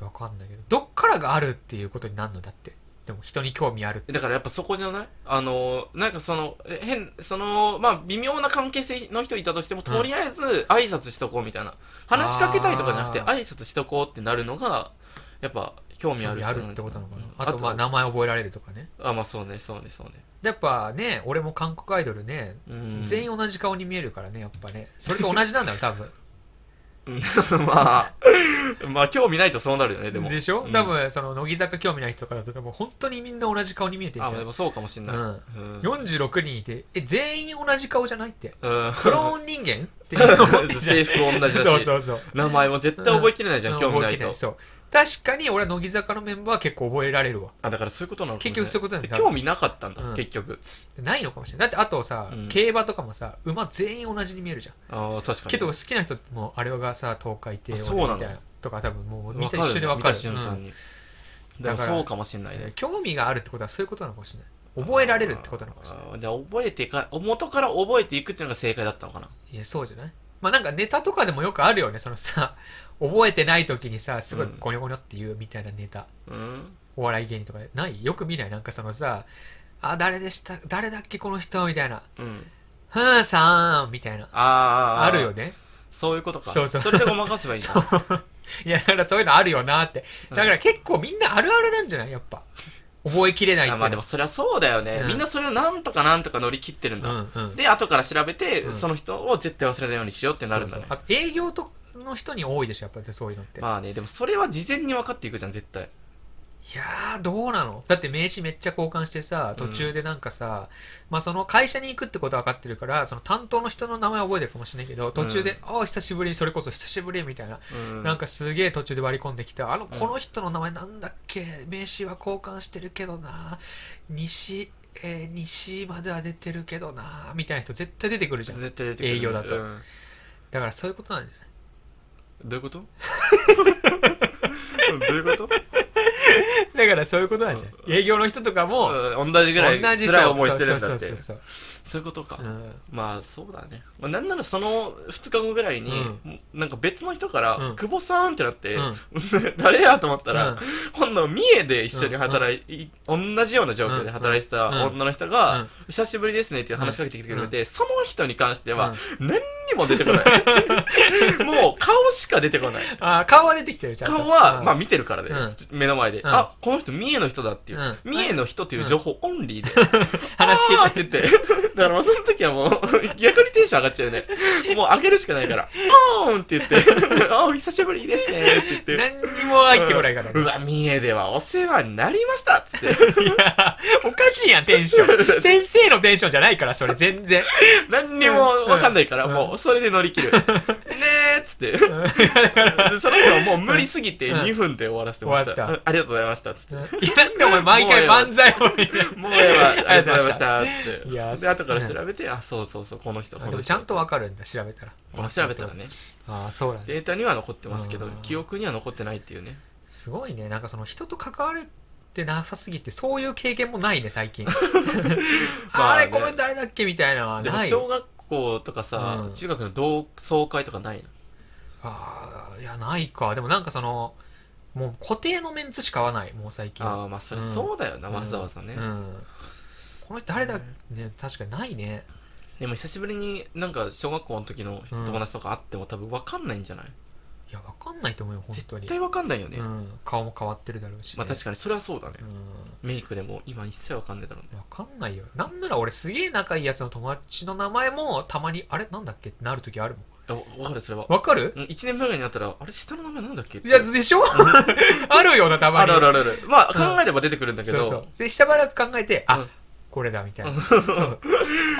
[SPEAKER 2] な
[SPEAKER 1] わかんないけどどっからがあるっていうことになるのだってでも人に興味あるって
[SPEAKER 2] だからやっぱそこじゃないあのなんかそのえ変そのまあ微妙な関係性の人いたとしてもとりあえず挨拶しとこうみたいな、話しかけたいとかじゃなくて
[SPEAKER 1] あ
[SPEAKER 2] 挨拶しとこうってなるのがやっぱ興味ある人
[SPEAKER 1] あ
[SPEAKER 2] な
[SPEAKER 1] る
[SPEAKER 2] んじゃない
[SPEAKER 1] ってことなのかな、
[SPEAKER 2] うん
[SPEAKER 1] あとまあ名前覚えられるとかね
[SPEAKER 2] あまあそうねそうねそうね
[SPEAKER 1] やっぱね俺も韓国アイドルね、
[SPEAKER 2] うん
[SPEAKER 1] 全員同じ顔に見えるからねやっぱねそれと同じなんだよ多分
[SPEAKER 2] うん まあまあ興味ないとそうなるよね でも
[SPEAKER 1] でしょ、
[SPEAKER 2] うん
[SPEAKER 1] 多分その乃木坂興味ない人からだと多分本当にみんな同じ顔に見えてる
[SPEAKER 2] あ
[SPEAKER 1] じゃ
[SPEAKER 2] で
[SPEAKER 1] ん
[SPEAKER 2] もそうかもしんない、
[SPEAKER 1] う
[SPEAKER 2] うんん
[SPEAKER 1] 46人いてえ全員同じ顔じゃない って
[SPEAKER 2] うん、
[SPEAKER 1] クローン人間っていうのも
[SPEAKER 2] 制服同じだし
[SPEAKER 1] そうそうそう
[SPEAKER 2] 名前も絶対覚えきれないじゃん、
[SPEAKER 1] うん
[SPEAKER 2] 興味な
[SPEAKER 1] 覚え
[SPEAKER 2] い
[SPEAKER 1] てな
[SPEAKER 2] と
[SPEAKER 1] そう確かに俺は乃木坂のメンバーは結構覚えられるわ。
[SPEAKER 2] あだからそういうことなのかもしれな
[SPEAKER 1] 結局そういうことなんだ
[SPEAKER 2] で興味なかったんだ、
[SPEAKER 1] うん
[SPEAKER 2] 結局
[SPEAKER 1] ないのかもしれない。だってあとさ、
[SPEAKER 2] うん
[SPEAKER 1] 競馬とかもさ、馬全員同じに見えるじゃん。
[SPEAKER 2] ああ確かに
[SPEAKER 1] けど好きな人もあれがさ、東海帝
[SPEAKER 2] あそう
[SPEAKER 1] 王
[SPEAKER 2] な
[SPEAKER 1] でみ
[SPEAKER 2] の
[SPEAKER 1] たいなとか多分もう見
[SPEAKER 2] 分
[SPEAKER 1] て
[SPEAKER 2] かる
[SPEAKER 1] 一緒でわか
[SPEAKER 2] 見た
[SPEAKER 1] る。
[SPEAKER 2] 瞬間に、
[SPEAKER 1] ん
[SPEAKER 2] でも
[SPEAKER 1] だから
[SPEAKER 2] そうかもしれない
[SPEAKER 1] うん
[SPEAKER 2] ね
[SPEAKER 1] 興味があるってことはそういうことなのかもしれない。覚えられるってことなのかもしれない。
[SPEAKER 2] あーじゃあ覚えてか元から覚えていくっていうのが正解だったのかない
[SPEAKER 1] や、そうじゃないまあなんかネタとかでもよくあるよね。そのさ、覚えてない時にさ、すごいゴニョゴニョって言うみたいなネタ。
[SPEAKER 2] うん
[SPEAKER 1] お笑い芸人とかでないよく見ないなんかそのさ、あ、誰でした、誰だっけこの人みたいな。
[SPEAKER 2] うん
[SPEAKER 1] ふーんさーんみたいな。
[SPEAKER 2] ああ
[SPEAKER 1] あるよね。
[SPEAKER 2] そういうこと か
[SPEAKER 1] そうそう
[SPEAKER 2] れでごまかせばいいんだ
[SPEAKER 1] いや、だからそういうのあるよなって。だから結構みんなあるあるなんじゃないやっぱ。覚えきれないって
[SPEAKER 2] あ
[SPEAKER 1] いうの。
[SPEAKER 2] まあでもそりゃそうだよね、
[SPEAKER 1] うん
[SPEAKER 2] みんなそれをなんとかなんとか乗り切ってるんだ、
[SPEAKER 1] うんうん。
[SPEAKER 2] で後から調べて、
[SPEAKER 1] うん
[SPEAKER 2] その人を絶対忘れないようにしようってなるんだね
[SPEAKER 1] そうそうあ営業との人に多いでしょ、やっぱりそういうのって。
[SPEAKER 2] まあねでもそれは事前に分かっていくじゃん絶対
[SPEAKER 1] いやー、どうなのだって名刺めっちゃ交換してさ、途中でなんかさ、まあその会社に行くってことは分かってるから、その担当の人の名前覚えてるかもしれないけど、途中で、ああ、久しぶり、それこそ久しぶりみたいな。
[SPEAKER 2] うん
[SPEAKER 1] なんかすげえ途中で割り込んできた。あの、この人の名前なんだっけ名刺は交換してるけどな。西、えー西までは出てるけどな。みたいな人絶対出てくるじゃん。
[SPEAKER 2] 絶対出てくるね
[SPEAKER 1] 営業だと
[SPEAKER 2] うん
[SPEAKER 1] だからそういうことなんじゃない
[SPEAKER 2] どういうこと どういうこと
[SPEAKER 1] だからそういうことなんじゃない営業の人とかも、
[SPEAKER 2] うん同じぐらい
[SPEAKER 1] 同じ
[SPEAKER 2] 辛い思いしてるん
[SPEAKER 1] そ
[SPEAKER 2] だ
[SPEAKER 1] う
[SPEAKER 2] って
[SPEAKER 1] そうそう
[SPEAKER 2] そういうことか、
[SPEAKER 1] そううん
[SPEAKER 2] まあそうだね、まあ、なんならその2日後ぐらいに、
[SPEAKER 1] う
[SPEAKER 2] なんか別の人から
[SPEAKER 1] う
[SPEAKER 2] 「
[SPEAKER 1] ん
[SPEAKER 2] 久保さん」ってなって、
[SPEAKER 1] うん
[SPEAKER 2] 誰やと思ったら、
[SPEAKER 1] うん
[SPEAKER 2] 今度三重で一緒に働い、同じような状況で働いてた
[SPEAKER 1] うんうん
[SPEAKER 2] 女の人
[SPEAKER 1] う
[SPEAKER 2] が、
[SPEAKER 1] ん
[SPEAKER 2] 久しぶりですねっていう話しかけてきてくれて、その人に関しては、何にも出て こないもう顔しか出てこない
[SPEAKER 1] あー顔は出てきてるじゃんと
[SPEAKER 2] 顔は、まあ
[SPEAKER 1] うん
[SPEAKER 2] 見てるからね、
[SPEAKER 1] うん
[SPEAKER 2] ち目の前で、
[SPEAKER 1] ん
[SPEAKER 2] あこの人三重の人だっていう、
[SPEAKER 1] うん
[SPEAKER 2] 三重の人っていう情報オンリーで、
[SPEAKER 1] 話聞いて
[SPEAKER 2] あーって言って。だからもうその時はもう、逆にテンション上がっちゃうよね。 もう上げるしかないから、あーんって言って、あー、久しぶりですねって言って。
[SPEAKER 1] 何にも入ってこないから
[SPEAKER 2] うわ、三重ではお世話になりましたっつって。
[SPEAKER 1] いやおかしいやんテンシ ョン先生のテンションじゃないからそれ全然
[SPEAKER 2] 何にもわかんないから、
[SPEAKER 1] うん
[SPEAKER 2] もうそれで乗り切る。ねーっつって。でその人はもう無理すぎて
[SPEAKER 1] うん
[SPEAKER 2] 2分で終わらせてました。
[SPEAKER 1] 終わっ
[SPEAKER 2] うんありがとうございましたっつって。
[SPEAKER 1] いやなんでお前毎回漫才を見る
[SPEAKER 2] もうやばい、ありがとうございましたっつって。
[SPEAKER 1] いや
[SPEAKER 2] で、後から調べて、あ、そうそうそう、この人、こ
[SPEAKER 1] で
[SPEAKER 2] の
[SPEAKER 1] もち
[SPEAKER 2] 人。
[SPEAKER 1] ゃんとわかるんだ調べたら
[SPEAKER 2] この調べたらね、
[SPEAKER 1] ああそうなんだ
[SPEAKER 2] データには残ってますけど
[SPEAKER 1] う、ん
[SPEAKER 2] 記憶には残ってないっていうね。
[SPEAKER 1] すごいねなんかその人と関われてなさすぎてそういう経験もないね最 近
[SPEAKER 2] ま
[SPEAKER 1] あ
[SPEAKER 2] あね
[SPEAKER 1] れこれ誰だっけみたいなのは
[SPEAKER 2] でも
[SPEAKER 1] ない
[SPEAKER 2] 小学校とかさ、
[SPEAKER 1] うん
[SPEAKER 2] 中学の同窓会とかないの
[SPEAKER 1] ああいやないかでもなんかそのもう固定のメンツしか合わないもう最近
[SPEAKER 2] ああまあそれ
[SPEAKER 1] うん
[SPEAKER 2] そうだよな、わざわざね、
[SPEAKER 1] うん、この人誰だ、ね確かにないね
[SPEAKER 2] でも久しぶりになんか小学校の時の
[SPEAKER 1] うん
[SPEAKER 2] 友達とか会っても多分分かんないんじゃない、
[SPEAKER 1] いやわかんないと思うよ本当
[SPEAKER 2] 絶
[SPEAKER 1] に
[SPEAKER 2] 対分かんないよね、
[SPEAKER 1] うん、顔も変わってるだろうし、ね
[SPEAKER 2] まあ確かにそれはそうだね、
[SPEAKER 1] う
[SPEAKER 2] メイクでも今一切分かんないだろう
[SPEAKER 1] ん
[SPEAKER 2] ね
[SPEAKER 1] わかんないよなんなら俺すげえ仲いいやつの友達の名前もたまにあれなんだっけってなる時あるもん
[SPEAKER 2] あわ分かるそれは
[SPEAKER 1] わかる
[SPEAKER 2] うん1年前ぐらいに会ったらあれ下の名前なんだっけ
[SPEAKER 1] いやでしょ あるよなたまに
[SPEAKER 2] あるあるあるあるまあ
[SPEAKER 1] うん
[SPEAKER 2] 考えれば出てくるんだけど、
[SPEAKER 1] そうそうでしばらく考えてあ、
[SPEAKER 2] うん
[SPEAKER 1] これだみたいなそう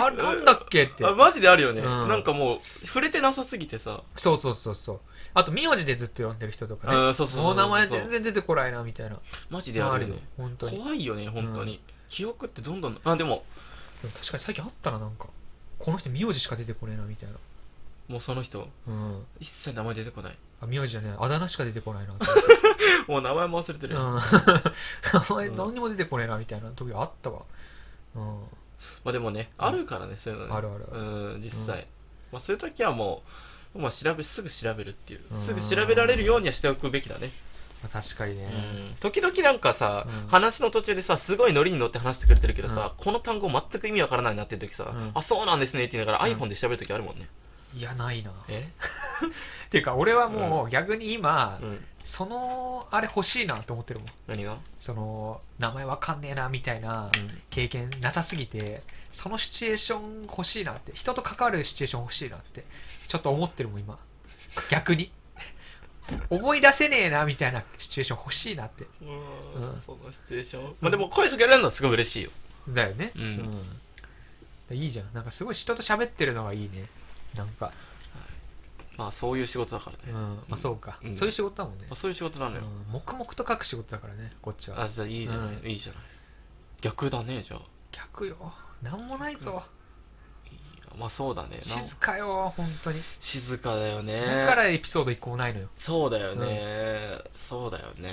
[SPEAKER 1] あれなんだっけって
[SPEAKER 2] あマジであるよね、
[SPEAKER 1] うん
[SPEAKER 2] なんかもう触れてなさすぎてさ
[SPEAKER 1] そうそうそうそうあと名字でずっと呼んでる人とかね
[SPEAKER 2] うんそうそうそうそう
[SPEAKER 1] も名前全然出てこないなみたいな
[SPEAKER 2] マジであるよね
[SPEAKER 1] 本当に
[SPEAKER 2] 怖いよね本当に、記憶ってどんどんあでも
[SPEAKER 1] でも確かに最近あったらなんかこの人名字しか出てこねえなみたいな
[SPEAKER 2] もうその人
[SPEAKER 1] うん
[SPEAKER 2] 一切名前出てこない
[SPEAKER 1] あ名字じゃないあだ名しか出てこないなって
[SPEAKER 2] もう名前も忘れて る
[SPEAKER 1] う
[SPEAKER 2] よ、ま
[SPEAKER 1] んお前何にも出てこねえなみたいな時あったわうん
[SPEAKER 2] あでもねあるからねそういうのね
[SPEAKER 1] あるある
[SPEAKER 2] うん実際、まあそういう時はもう、まあ、調べすぐ調べるっていう
[SPEAKER 1] うん
[SPEAKER 2] すぐ調べられるようにはしておくべきだね、
[SPEAKER 1] まあ確かにね
[SPEAKER 2] 時々なんかさ、
[SPEAKER 1] うん
[SPEAKER 2] 話の途中でさすごいノリに乗って話してくれてるけどさ、この単語全く意味わからないなっていう時さ、
[SPEAKER 1] うん
[SPEAKER 2] あそうなんですねって言いながら、
[SPEAKER 1] うん
[SPEAKER 2] iPhone で調べる時あるもんね
[SPEAKER 1] いやないなっ
[SPEAKER 2] え、
[SPEAKER 1] ていうか俺はもう逆に今
[SPEAKER 2] うん、
[SPEAKER 1] そのあれ欲しいなと思ってるもん
[SPEAKER 2] 何が
[SPEAKER 1] その名前わかんねえなみたいな
[SPEAKER 2] うん
[SPEAKER 1] 経験なさすぎてそのシチュエーション欲しいなって人と関わるシチュエーション欲しいなってちょっと思ってるもん今逆に思い出せねえなみたいなシチュエーション欲しいなって
[SPEAKER 2] うんそのシチュエーション、まあでも声かけられるのはすごい嬉しいよ
[SPEAKER 1] だよね
[SPEAKER 2] うん
[SPEAKER 1] うんいいじゃんなんかすごい人と喋ってるのがいいねなんか
[SPEAKER 2] まあそういう仕事だからね、
[SPEAKER 1] うんまあそうか、
[SPEAKER 2] うん
[SPEAKER 1] そういう仕事だもんね
[SPEAKER 2] まあ、、そういう仕事なの
[SPEAKER 1] う
[SPEAKER 2] よ、
[SPEAKER 1] ん、黙々と書く仕事だからねこっちは
[SPEAKER 2] あじゃあいいじゃない、
[SPEAKER 1] う
[SPEAKER 2] いいじゃない逆だねじゃあ
[SPEAKER 1] 逆よなんもないぞ
[SPEAKER 2] まあそうだねな
[SPEAKER 1] 静かよ本当に
[SPEAKER 2] 静かだよね
[SPEAKER 1] だからエピソード一個もないのよ
[SPEAKER 2] そうだよね、そうだよね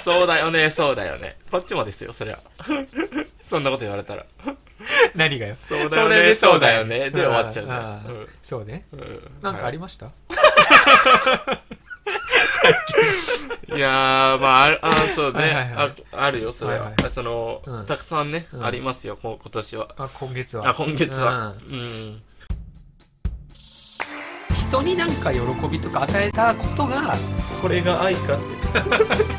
[SPEAKER 2] そうだよねそうだよねこっちもですよそりゃそんなこと言われたら
[SPEAKER 1] 何がよ
[SPEAKER 2] そうだよねそうだよねで終わっちゃうんね
[SPEAKER 1] んうんそうねなんかありました
[SPEAKER 2] いやー、まあ、あるあそうね、
[SPEAKER 1] はいはいはい
[SPEAKER 2] あ、あるよ、それは。
[SPEAKER 1] はいはい
[SPEAKER 2] あその、
[SPEAKER 1] うん
[SPEAKER 2] たくさんね、
[SPEAKER 1] うん
[SPEAKER 2] ありますよ、こ今年は。
[SPEAKER 1] あ今月は
[SPEAKER 2] あ、今月は。
[SPEAKER 1] う
[SPEAKER 2] うん。
[SPEAKER 1] 人になんか喜びとか与えたことが
[SPEAKER 2] これが愛かっ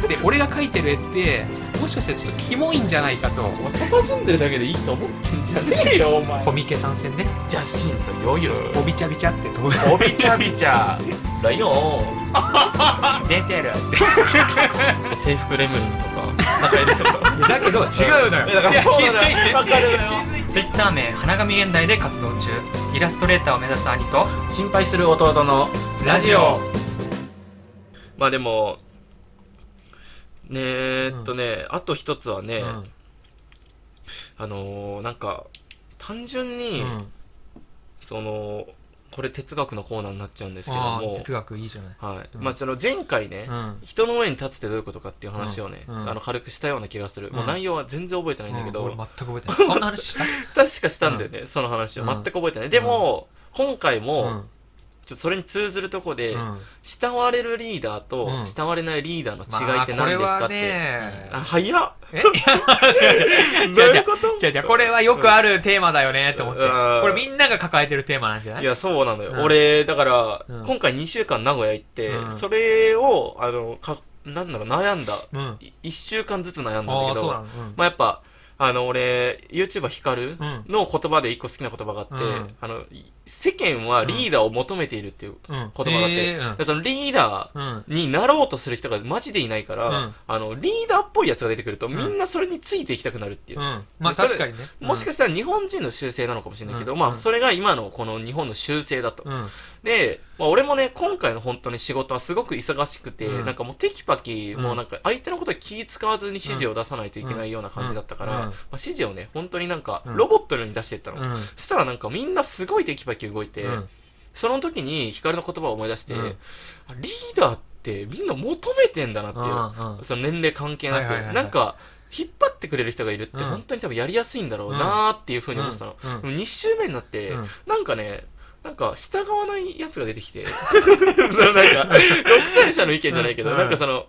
[SPEAKER 2] て。
[SPEAKER 1] で俺が描いてる絵ってもしかしたらちょっとキモいんじゃないかと
[SPEAKER 2] たずんでるだけでいいと思ってんじゃねえよ、お前。
[SPEAKER 1] コミケ参戦ね
[SPEAKER 2] じゃしんとよゆ。
[SPEAKER 1] おびちゃびちゃって飛ぶ
[SPEAKER 2] おびちゃびちゃ。ライオン。
[SPEAKER 1] 出てる
[SPEAKER 2] 制服レムリンとか。なんかいるよ
[SPEAKER 1] だけど違うのよ
[SPEAKER 2] えだからそうだよわかるよ。
[SPEAKER 4] ツイッター名花神現代で活動中イラストレーターを目指す兄と
[SPEAKER 2] 心配する弟のラジオ。まあでも、ねええっとね、あと一つはね、
[SPEAKER 1] うん
[SPEAKER 2] あのー、なんか単純に、
[SPEAKER 1] うん
[SPEAKER 2] そのこれ哲学のコーナーになっちゃうんですけど
[SPEAKER 1] あー
[SPEAKER 2] も、
[SPEAKER 1] 哲学いいじゃない
[SPEAKER 2] はい
[SPEAKER 1] うん
[SPEAKER 2] まあ、その前回ね、
[SPEAKER 1] うん
[SPEAKER 2] 人の上に立つってどういうことかっていう話をね、
[SPEAKER 1] うんうん
[SPEAKER 2] あの軽くしたような気がする、も
[SPEAKER 1] う
[SPEAKER 2] うん内容は全然覚えてないんだけど、
[SPEAKER 1] うん俺全く覚え てないそんな話した
[SPEAKER 2] 確かしたんだよね、その話
[SPEAKER 1] う
[SPEAKER 2] は
[SPEAKER 1] ん
[SPEAKER 2] 全く覚えてない、でも今回も、
[SPEAKER 1] うん
[SPEAKER 2] ちょっとそれに通ずるとこで、
[SPEAKER 1] うん
[SPEAKER 2] 慕われるリーダー
[SPEAKER 1] う
[SPEAKER 2] と
[SPEAKER 1] ん
[SPEAKER 2] 慕われないリーダーの違いって何ですかって、
[SPEAKER 1] まあ
[SPEAKER 2] あ早っ
[SPEAKER 1] これはねえ 違う違う
[SPEAKER 2] どう
[SPEAKER 1] 違う
[SPEAKER 2] い
[SPEAKER 1] 違
[SPEAKER 2] う
[SPEAKER 1] う
[SPEAKER 2] こと
[SPEAKER 1] じゃあじゃあこれはよくあるテーマだよねと思って
[SPEAKER 2] うん
[SPEAKER 1] これみんなが抱えてるテーマなんじゃないい
[SPEAKER 2] や、そうなのよ。
[SPEAKER 1] うん
[SPEAKER 2] 俺、だから、
[SPEAKER 1] うん
[SPEAKER 2] 今回2週間名古屋行って、
[SPEAKER 1] うん
[SPEAKER 2] それを、あの、か、なんだろう、悩んだ。
[SPEAKER 1] うんあ
[SPEAKER 2] 1週間ずつ悩んだん
[SPEAKER 1] あ
[SPEAKER 2] だ
[SPEAKER 1] ー
[SPEAKER 2] け
[SPEAKER 1] そう
[SPEAKER 2] ど、
[SPEAKER 1] なのうん
[SPEAKER 2] まあやっぱ、あの、俺、YouTuber ヒカ
[SPEAKER 1] う
[SPEAKER 2] ル
[SPEAKER 1] ん
[SPEAKER 2] の言葉で一個好きな言葉があって、
[SPEAKER 1] うん
[SPEAKER 2] あの、い世間はリーダーを求めているっていう
[SPEAKER 1] うん
[SPEAKER 2] 言葉があって、
[SPEAKER 1] え
[SPEAKER 2] でそのリーダー、
[SPEAKER 1] ーうん
[SPEAKER 2] になろうとする人がマジでいないから、
[SPEAKER 1] うん
[SPEAKER 2] あの、リーダーっぽいやつが出てくると、
[SPEAKER 1] ん
[SPEAKER 2] みんなそれについていきたくなるっていう。
[SPEAKER 1] うんうんまあ
[SPEAKER 2] でそれ
[SPEAKER 1] 確かにね
[SPEAKER 2] もしかしたら日本人の習性なのかもしれないけど、
[SPEAKER 1] うん
[SPEAKER 2] ま
[SPEAKER 1] う
[SPEAKER 2] あ、
[SPEAKER 1] ん
[SPEAKER 2] それが今のこの日本の習性だと。
[SPEAKER 1] うんうん
[SPEAKER 2] で、まあ、俺もね、今回の本当に仕事はすごく忙しくて、
[SPEAKER 1] うん
[SPEAKER 2] なんかもうテキパキ、
[SPEAKER 1] うん
[SPEAKER 2] もうなんか相手のことは気使わずに指示を出さないといけないような感じだったから、
[SPEAKER 1] うんうん
[SPEAKER 2] まあ、指示をね、本当になんか
[SPEAKER 1] うん
[SPEAKER 2] ロボットのように出していったの。
[SPEAKER 1] うん
[SPEAKER 2] そしたらなんかみんなすごいテキパキ動いて、
[SPEAKER 1] うん
[SPEAKER 2] その時に光の言葉を思い出して、
[SPEAKER 1] うん
[SPEAKER 2] リーダーってみんな求めてんだなっていう。
[SPEAKER 1] うんうん
[SPEAKER 2] その年齢関係な
[SPEAKER 1] はいはいはいは
[SPEAKER 2] く、
[SPEAKER 1] い
[SPEAKER 2] なんか引っ張ってくれる人がいるって
[SPEAKER 1] うん
[SPEAKER 2] 本当に多分やりやすいんだろうなーっていうふうに思ってたの。
[SPEAKER 1] うんうん
[SPEAKER 2] でも2周目になって、
[SPEAKER 1] うん
[SPEAKER 2] なんかね、なんか従わないやつが出てきて、 そのなんか、独裁者の意見じゃないけど、
[SPEAKER 1] うん
[SPEAKER 2] なんかその、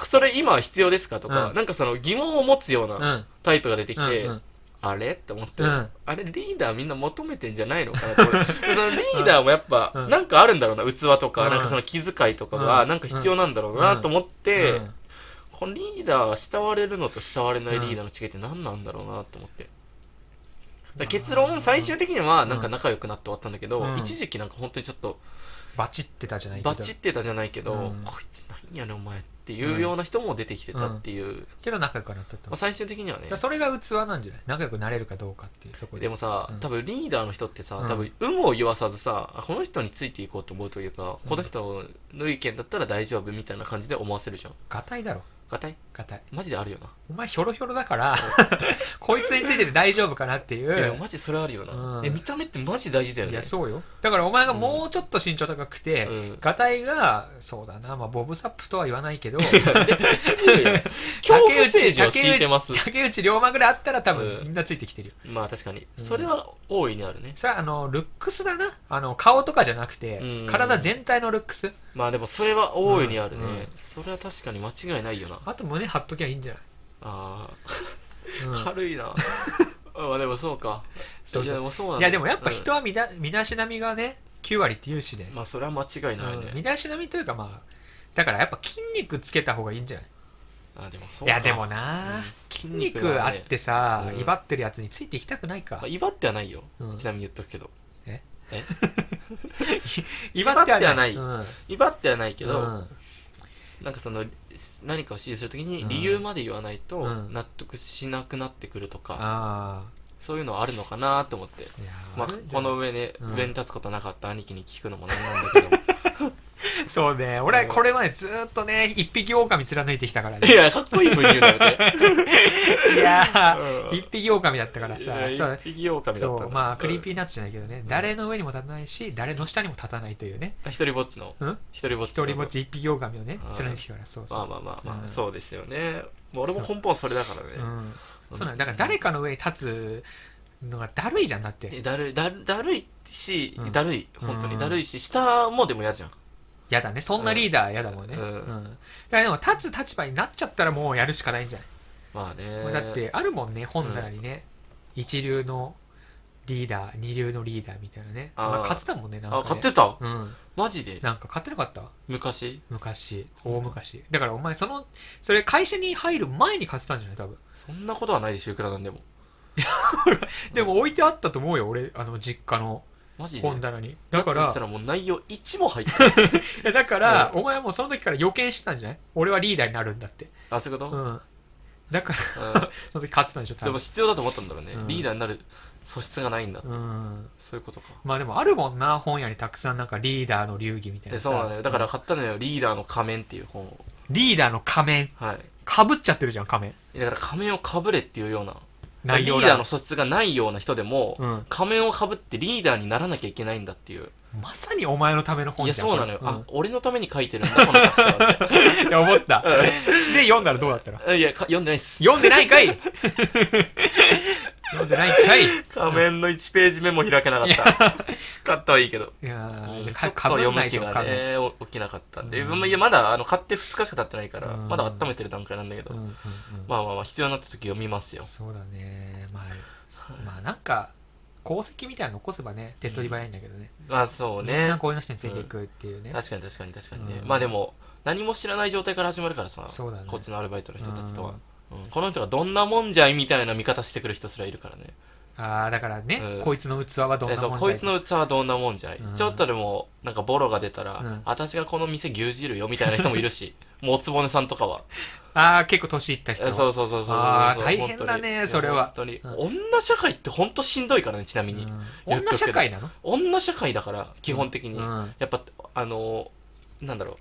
[SPEAKER 2] それ今必要ですかとか、
[SPEAKER 1] うん
[SPEAKER 2] なんかその疑問を持つよう
[SPEAKER 1] う
[SPEAKER 2] なんタイプが出てきて、
[SPEAKER 1] うん
[SPEAKER 2] あれって思って、
[SPEAKER 1] うん
[SPEAKER 2] あれリーダーみんな求めてんじゃないのかなと思ってでそのリーダーもやっぱ、
[SPEAKER 1] うん
[SPEAKER 2] なんかあるんだろうな、器とか、
[SPEAKER 1] うん
[SPEAKER 2] なんかその気遣いとかが、
[SPEAKER 1] うん
[SPEAKER 2] なんか必要なんだろうなと思って、
[SPEAKER 1] うん
[SPEAKER 2] このリーダーが慕われるのと慕われないリーダーの違いって何なんだろうなと思って。だから結論、最終的にはなんか仲良くなって終わったんだけど、
[SPEAKER 1] うん
[SPEAKER 2] 一時期なんか本当にちょっと
[SPEAKER 1] バチってたじゃないけど
[SPEAKER 2] バチってたじゃないけど、
[SPEAKER 1] うん
[SPEAKER 2] こいつ何やねんお前っていうような人も出てきてたっていう、
[SPEAKER 1] けど仲良くはなったって
[SPEAKER 2] まあ、
[SPEAKER 1] こと
[SPEAKER 2] 最終的にはね
[SPEAKER 1] だからそれが器なんじゃない仲良くなれるかどうかっていうそこで
[SPEAKER 2] でもさ、
[SPEAKER 1] うん
[SPEAKER 2] 多分リーダーの人ってさ、
[SPEAKER 1] うん
[SPEAKER 2] 多分有無を言わさずさ、あこの人についていこうと思うというか、
[SPEAKER 1] うん
[SPEAKER 2] この人の意見だったら大丈夫みたいな感じで思わせるじゃん。
[SPEAKER 1] 硬いだろ
[SPEAKER 2] 硬い
[SPEAKER 1] 硬い
[SPEAKER 2] マジであるよな。
[SPEAKER 1] お前ひょろひょろだからこいつについてて大丈夫かなっていう
[SPEAKER 2] いや、マジそれあるよな、
[SPEAKER 1] うん
[SPEAKER 2] で見た目ってマジ大事だよね。
[SPEAKER 1] いやそうよだからお前がもうちょっと身長高くて、
[SPEAKER 2] うん
[SPEAKER 1] ガタイがそうだな、まあ、ボブサップとは言わないけど
[SPEAKER 2] 恐怖政治を敷いてます。
[SPEAKER 1] 竹内龍馬ぐらいあったら多
[SPEAKER 2] う
[SPEAKER 1] 分
[SPEAKER 2] ん
[SPEAKER 1] みんなついてきてるよ、
[SPEAKER 2] まあ確かに。それは大いにあるね。
[SPEAKER 1] それはあのルックスだなあの顔とかじゃなくて、
[SPEAKER 2] うん
[SPEAKER 1] 体全体のルックス
[SPEAKER 2] まあでもそれは大いにあるね。
[SPEAKER 1] うんうん
[SPEAKER 2] それは確かに間違いないよな。
[SPEAKER 1] あと胸張っときゃいいんじゃない、
[SPEAKER 2] あ
[SPEAKER 1] うん
[SPEAKER 2] あ、軽いな。 まあでもそうか。
[SPEAKER 1] そうそう
[SPEAKER 2] いやでもそうなん
[SPEAKER 1] い
[SPEAKER 2] だ
[SPEAKER 1] やでもやっぱ人はみだ身だしなみがね9割って言うしね
[SPEAKER 2] うん、まあそれは間違いない
[SPEAKER 1] うん身
[SPEAKER 2] ね。
[SPEAKER 1] だしなみというかまあだからやっぱ筋肉つけた方がいいんじゃない
[SPEAKER 2] あでもそう
[SPEAKER 1] い
[SPEAKER 2] か。
[SPEAKER 1] やでもな、
[SPEAKER 2] うん
[SPEAKER 1] 筋
[SPEAKER 2] 筋
[SPEAKER 1] 肉
[SPEAKER 2] 肉はね
[SPEAKER 1] あってさ、
[SPEAKER 2] うん
[SPEAKER 1] 威張ってるやつについていきたくないか
[SPEAKER 2] まあ、威張ってはないよ、
[SPEAKER 1] うん
[SPEAKER 2] ちなみに言っとくけど
[SPEAKER 1] 威
[SPEAKER 2] 張ってはな
[SPEAKER 1] 張っ
[SPEAKER 2] い
[SPEAKER 1] ては
[SPEAKER 2] 威張ってはないけ
[SPEAKER 1] う
[SPEAKER 2] ど、
[SPEAKER 1] んうん
[SPEAKER 2] なんかその何かを指示するとき
[SPEAKER 1] う
[SPEAKER 2] に
[SPEAKER 1] ん
[SPEAKER 2] 理由まで言わないと
[SPEAKER 1] うん
[SPEAKER 2] 納得しなくなってくるとか、
[SPEAKER 1] ああ
[SPEAKER 2] そういうのはあるのかなと思って。
[SPEAKER 1] いやー
[SPEAKER 2] まあ
[SPEAKER 1] るん、じゃ
[SPEAKER 2] こ
[SPEAKER 1] ない
[SPEAKER 2] の上ね、
[SPEAKER 1] うん
[SPEAKER 2] 上に立つことなかった兄貴に聞くのもなんなんだけど。
[SPEAKER 1] そうね俺はこれまでずーっとね一匹狼貫いてきたから
[SPEAKER 2] い
[SPEAKER 1] ね
[SPEAKER 2] や、かっこいい風に言うなよね。
[SPEAKER 1] いやー
[SPEAKER 2] うん
[SPEAKER 1] 一匹狼だったからさ
[SPEAKER 2] い
[SPEAKER 1] そ
[SPEAKER 2] や
[SPEAKER 1] う
[SPEAKER 2] 一匹狼だったんだ
[SPEAKER 1] そうまあクリーピ
[SPEAKER 2] ー。
[SPEAKER 1] ーナッツじゃないけどね、誰の上にも立たないし誰の下にも立たないというね、
[SPEAKER 2] あ一人ぼっちの。
[SPEAKER 1] うん、
[SPEAKER 2] 一人ぼっち
[SPEAKER 1] 一
[SPEAKER 2] の。
[SPEAKER 1] 人ぼっち一匹狼をね
[SPEAKER 2] はい
[SPEAKER 1] 貫いてきたからそうそう、
[SPEAKER 2] まあまあまあま
[SPEAKER 1] うん
[SPEAKER 2] あ、そうですよね。もう俺も根本それだからね。
[SPEAKER 1] うん、そうなんだだから誰かの上に立つのがだるいじゃんだって
[SPEAKER 2] えだるいだるだるいし、
[SPEAKER 1] うん
[SPEAKER 2] だるい本当
[SPEAKER 1] う
[SPEAKER 2] に
[SPEAKER 1] ん
[SPEAKER 2] だるいし下もでも嫌じゃん
[SPEAKER 1] やだねそんなリーダーやだもんね、
[SPEAKER 2] う
[SPEAKER 1] うんんだからでも立つ立場になっちゃったらもうやるしかないんじゃない、
[SPEAKER 2] まあね
[SPEAKER 1] だってあるもんね本棚にね、一流のリーダー二流のリーダーみたいなね
[SPEAKER 2] あー
[SPEAKER 1] 俺買ってたもんねなんか、
[SPEAKER 2] あ
[SPEAKER 1] ね、
[SPEAKER 2] 買ってた
[SPEAKER 1] うん
[SPEAKER 2] マジで
[SPEAKER 1] なんか買ってなかった
[SPEAKER 2] 昔
[SPEAKER 1] 昔大昔だからお前そのそれ会社に入る前に買ってたんじゃない多分
[SPEAKER 2] そんなことはないでしょいくらなんでも
[SPEAKER 1] でも置いてあったと思うよ俺あの実家の
[SPEAKER 2] マジで
[SPEAKER 1] 本棚にだから
[SPEAKER 2] としたらもう内容1も入ってない
[SPEAKER 1] いやだから、お前はもうその時から予見してたんじゃない俺はリーダーになるんだって。
[SPEAKER 2] あそういうこと、
[SPEAKER 1] う
[SPEAKER 2] うん
[SPEAKER 1] ん。だから、 その時勝ってたんでしょ、多
[SPEAKER 2] でも
[SPEAKER 1] 分。
[SPEAKER 2] 必要だと思ったんだろうね、
[SPEAKER 1] うん
[SPEAKER 2] リーダーになる素質がないんだ、
[SPEAKER 1] うん。
[SPEAKER 2] そういうことか
[SPEAKER 1] まあでもあるもんな、本屋にたくさんなんかリーダーの流儀みたい
[SPEAKER 2] え
[SPEAKER 1] なさ。
[SPEAKER 2] そうなのよだから買ったのよリーダーの仮面っていう本を
[SPEAKER 1] リーダーの仮面。
[SPEAKER 2] はい
[SPEAKER 1] かぶっちゃってるじゃん、仮面。
[SPEAKER 2] だから仮面をかぶれっていうような
[SPEAKER 1] 内容
[SPEAKER 2] リーダーの素質がないような人でも、
[SPEAKER 1] うん
[SPEAKER 2] 仮面をかぶってリーダーにならなきゃいけないんだっていう
[SPEAKER 1] まさにお前のための本
[SPEAKER 2] い
[SPEAKER 1] じゃ
[SPEAKER 2] や、
[SPEAKER 1] ん。
[SPEAKER 2] そうなのよ。
[SPEAKER 1] これ
[SPEAKER 2] あ、俺のために書いてるんだ、この作者は
[SPEAKER 1] うん。って思った。で、読んだらどうだったの
[SPEAKER 2] って。いや、か読んでないっす。
[SPEAKER 1] 読んでないか い読んでないかいい
[SPEAKER 2] 仮面の1ページ目も開けなかった。買ったはいいけど。
[SPEAKER 1] や
[SPEAKER 2] うん
[SPEAKER 1] ー
[SPEAKER 2] ちょっ
[SPEAKER 1] か
[SPEAKER 2] と
[SPEAKER 1] かぶ
[SPEAKER 2] 読
[SPEAKER 1] んな
[SPEAKER 2] む
[SPEAKER 1] い
[SPEAKER 2] 気
[SPEAKER 1] けど、
[SPEAKER 2] が
[SPEAKER 1] 仮面。
[SPEAKER 2] ね、お起きなかったんで。
[SPEAKER 1] うん
[SPEAKER 2] まあいや、まだ、あの、買って2日しか経ってないから、
[SPEAKER 1] うん
[SPEAKER 2] まだ温めてる段階なんだけど。
[SPEAKER 1] うんうんうん
[SPEAKER 2] まあまあまあ、必要になった時読みますよ。
[SPEAKER 1] そうだねまあまあなんか功績みたいなの残せばね手っ取り早いんだけどね、
[SPEAKER 2] まあ、そう
[SPEAKER 1] みん
[SPEAKER 2] ね
[SPEAKER 1] な。こういう人についていくっていうね、
[SPEAKER 2] 確かに確かに確かにね。
[SPEAKER 1] うん
[SPEAKER 2] まあでも、何も知らない状態から始まるからさ、
[SPEAKER 1] そうだね
[SPEAKER 2] こっちのアルバイトの人たちとは
[SPEAKER 1] うん。
[SPEAKER 2] うんこの人がどんなもんじゃいみたいな見方してくる人すらいるからね。
[SPEAKER 1] ああだからね、
[SPEAKER 2] うん
[SPEAKER 1] こいつの器はどん
[SPEAKER 2] え
[SPEAKER 1] な
[SPEAKER 2] そう
[SPEAKER 1] もんじゃ
[SPEAKER 2] こいつの器はどんなもんじゃい、
[SPEAKER 1] うん
[SPEAKER 2] ちょっとでもなんかボロが出たら、
[SPEAKER 1] うん
[SPEAKER 2] 私がこの店牛耳るよみたいな人もい るしもうおつぼねさんとかは
[SPEAKER 1] ああ結構年いった人
[SPEAKER 2] えそうそうそうそうそう
[SPEAKER 1] あー
[SPEAKER 2] そう
[SPEAKER 1] 大変だね
[SPEAKER 2] 本当に
[SPEAKER 1] それはい
[SPEAKER 2] や本当に、女社会って本当しんどいからねちなみに、
[SPEAKER 1] うん
[SPEAKER 2] 言っ
[SPEAKER 1] 女
[SPEAKER 2] とくけど
[SPEAKER 1] 社会なの
[SPEAKER 2] 女社会だから基本的に、
[SPEAKER 1] うん
[SPEAKER 2] やっぱあのーなんだろ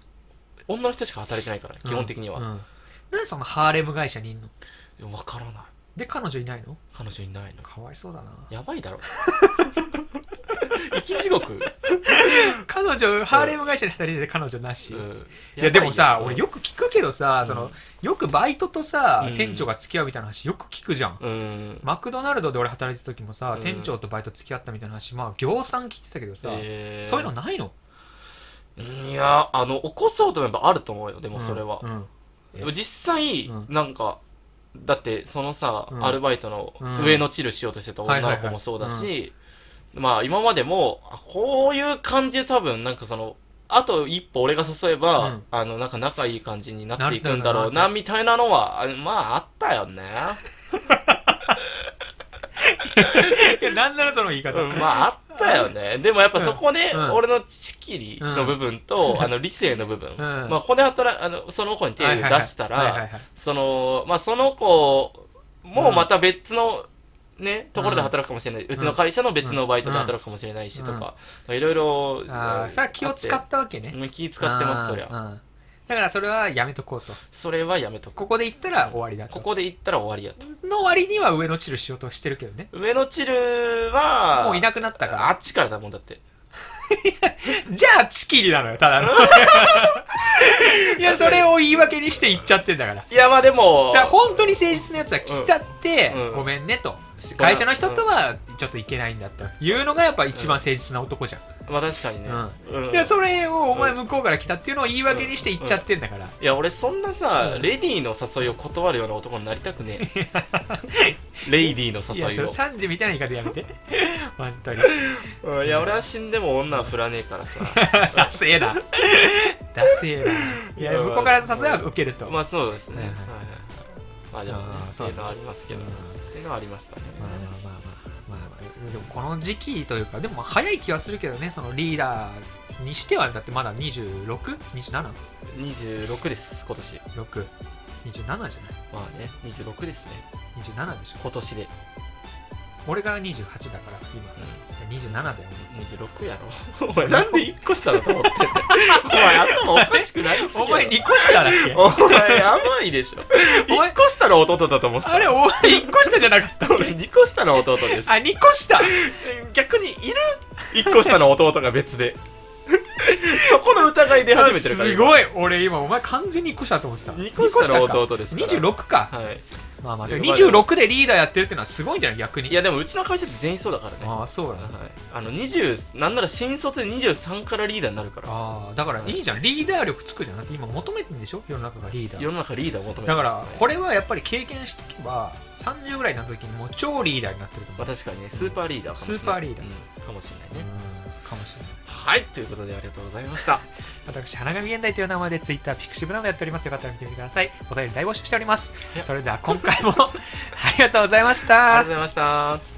[SPEAKER 2] う女の人しか働いてないから基本的には、
[SPEAKER 1] う
[SPEAKER 2] わ
[SPEAKER 1] んなんでそのハーレム会社にいんの
[SPEAKER 2] 分からない
[SPEAKER 1] で彼女いないの
[SPEAKER 2] 彼女いないの
[SPEAKER 1] かわいそうだな
[SPEAKER 2] やばいだろ生き地獄、
[SPEAKER 1] 彼女ハーレム会社に2人で彼女なし、
[SPEAKER 2] うん
[SPEAKER 1] いやでもさ
[SPEAKER 2] ばい
[SPEAKER 1] 俺よく聞くけどさ、そのよくバイトとさ、
[SPEAKER 2] うん
[SPEAKER 1] 店長が付き合うみたいな話よく聞くじゃん、
[SPEAKER 2] うん
[SPEAKER 1] マクドナルドで俺働いてた時もさ、
[SPEAKER 2] うん
[SPEAKER 1] 店長とバイト付き合ったみたいな話まあ量産聞いてたけどさ、
[SPEAKER 2] えー
[SPEAKER 1] そういうのないの
[SPEAKER 2] いやあの起こそうと思えばあると思うよでもそれは
[SPEAKER 1] う、ん うんうん
[SPEAKER 2] でも実際、
[SPEAKER 1] うん
[SPEAKER 2] なんかだってそのさ、
[SPEAKER 1] うん
[SPEAKER 2] アルバイトの
[SPEAKER 1] うん
[SPEAKER 2] 上のチルしようとしてた女の子もそうだし、
[SPEAKER 1] はい
[SPEAKER 2] まあ今までもあこういう感じで多分なんかそのあと一歩俺が誘えば、
[SPEAKER 1] うん
[SPEAKER 2] あのなんか仲いい感じになっていくん
[SPEAKER 1] なる
[SPEAKER 2] だ
[SPEAKER 1] だ
[SPEAKER 2] ろ
[SPEAKER 1] ろ
[SPEAKER 2] う
[SPEAKER 1] う
[SPEAKER 2] な
[SPEAKER 1] な
[SPEAKER 2] みたいなのはあまああったよね
[SPEAKER 1] いやなんならその言い方、
[SPEAKER 2] うんまああったよねでもやっぱそこで、
[SPEAKER 1] うんうん
[SPEAKER 2] 俺の仕切りの部分と、あの理性の部分、まあここで働あのその子に手を
[SPEAKER 1] は
[SPEAKER 2] 出
[SPEAKER 1] いはいはい
[SPEAKER 2] したら、
[SPEAKER 1] はいはいはい
[SPEAKER 2] その、まあ、その子もまた別の、ね、ところで働くかもしれない。うちの会社の別のバイトで働くかもしれないし、とか、いろいろ、
[SPEAKER 1] あ
[SPEAKER 2] う
[SPEAKER 1] ー
[SPEAKER 2] ん
[SPEAKER 1] それは気を使ったわけ
[SPEAKER 2] あって
[SPEAKER 1] ね
[SPEAKER 2] うん気使ってます、
[SPEAKER 1] あー
[SPEAKER 2] そりゃ。
[SPEAKER 1] うんだからそれはやめとこうと
[SPEAKER 2] それはやめとく。
[SPEAKER 1] ここで言ったら終わりだと
[SPEAKER 2] ここで行ったら終わりやと。
[SPEAKER 1] の割には上のチルしようとしてるけどね
[SPEAKER 2] 上のチルは、
[SPEAKER 1] もういなくなったから
[SPEAKER 2] あっちからだもんだって。
[SPEAKER 1] じゃあチキリなのよただ のいやそれを言い訳にして言っちゃってんだから
[SPEAKER 2] いや、まあでも
[SPEAKER 1] だから、本当に誠実なやつは聞きたって、
[SPEAKER 2] うんうん
[SPEAKER 1] ごめんねと
[SPEAKER 2] し
[SPEAKER 1] 会社の人とはちょっといけないんだというのがやっぱ一番誠実な男じゃん、
[SPEAKER 2] まあ確かにね。うん
[SPEAKER 1] いやそれをお前向こうから来たっていうのを言い訳にして言っちゃってんだから、
[SPEAKER 2] いや、俺そんなさ
[SPEAKER 1] う、ん
[SPEAKER 2] レディーの誘いを断るような男になりたく ねえ。レイディーの
[SPEAKER 1] いやそ
[SPEAKER 2] 誘い
[SPEAKER 1] れ
[SPEAKER 2] を。
[SPEAKER 1] 3時みたいな言い方やめて本当に
[SPEAKER 2] うんいや、俺は死んでも女は振らねえからさ。
[SPEAKER 1] ダセえなダセえないや向こうからの誘いは受けると、
[SPEAKER 2] まあそうですね。
[SPEAKER 1] は
[SPEAKER 2] はい
[SPEAKER 1] い
[SPEAKER 2] は
[SPEAKER 1] はいい
[SPEAKER 2] まあでもね、
[SPEAKER 1] あー
[SPEAKER 2] って
[SPEAKER 1] そう
[SPEAKER 2] い
[SPEAKER 1] だ
[SPEAKER 2] う
[SPEAKER 1] ね
[SPEAKER 2] のはありますけど、
[SPEAKER 1] うん
[SPEAKER 2] っていうのはありましたね。
[SPEAKER 1] まあまあまあまあまあでもこの時期というかでもまあ早い気はするけどねそのリーダーにしてはだってまだ 26?27?6?27
[SPEAKER 2] 26です、今年。
[SPEAKER 1] じゃない
[SPEAKER 2] まあね、26ですね。
[SPEAKER 1] 27でしょ
[SPEAKER 2] 今年で。
[SPEAKER 1] 俺が28だから今、27だよね
[SPEAKER 2] 26やろ お前なんで1個下だと思ってんだよ お前頭おかしくなりすぎ
[SPEAKER 1] お前
[SPEAKER 2] や
[SPEAKER 1] 2個下だっけ
[SPEAKER 2] ろお前甘いで しょ
[SPEAKER 1] お前
[SPEAKER 2] 1個下の弟だと思ってた
[SPEAKER 1] あれお前1個下じゃなかった
[SPEAKER 2] 俺2個下の弟です
[SPEAKER 1] あ2個下
[SPEAKER 2] 逆にいる1個下の弟が別 でそこの疑い出始めてるから
[SPEAKER 1] すごい俺今お前完全に1個下だと思ってた
[SPEAKER 2] 2個下の
[SPEAKER 1] 二
[SPEAKER 2] 弟ですから
[SPEAKER 1] か26か
[SPEAKER 2] はい、
[SPEAKER 1] まあまあでも26でリーダーやってるってのはすごいんじゃない逆に
[SPEAKER 2] いやでもうちの会社って全員そうだからね
[SPEAKER 1] ああそうだな
[SPEAKER 2] はい、あの20なんなら新卒で23からリーダーになるから
[SPEAKER 1] ああだからいいじゃんリーダー力つくじゃんだって今求めてんでしょ世の中がリーダー
[SPEAKER 2] 世の中リーダーを求めて
[SPEAKER 1] だ
[SPEAKER 2] ま
[SPEAKER 1] か
[SPEAKER 2] す
[SPEAKER 1] らこれはやっぱり経験していけば30ぐらいになった時にもう超リーダーになってると思
[SPEAKER 2] まあ、
[SPEAKER 1] う
[SPEAKER 2] 確かにねスーパーリーダーかもしれない
[SPEAKER 1] スーパーリーダー
[SPEAKER 2] うんかもしれ
[SPEAKER 1] う
[SPEAKER 2] ないね、
[SPEAKER 1] んかもしれない
[SPEAKER 2] はいということでありがとうござい ました
[SPEAKER 1] 私花神現代という名前でツイッターピクシブなどやっておりますよかったら見てみてくださいお便り大募集しております
[SPEAKER 2] い や
[SPEAKER 1] それでは今回もありがとうございました
[SPEAKER 2] ありがとうございました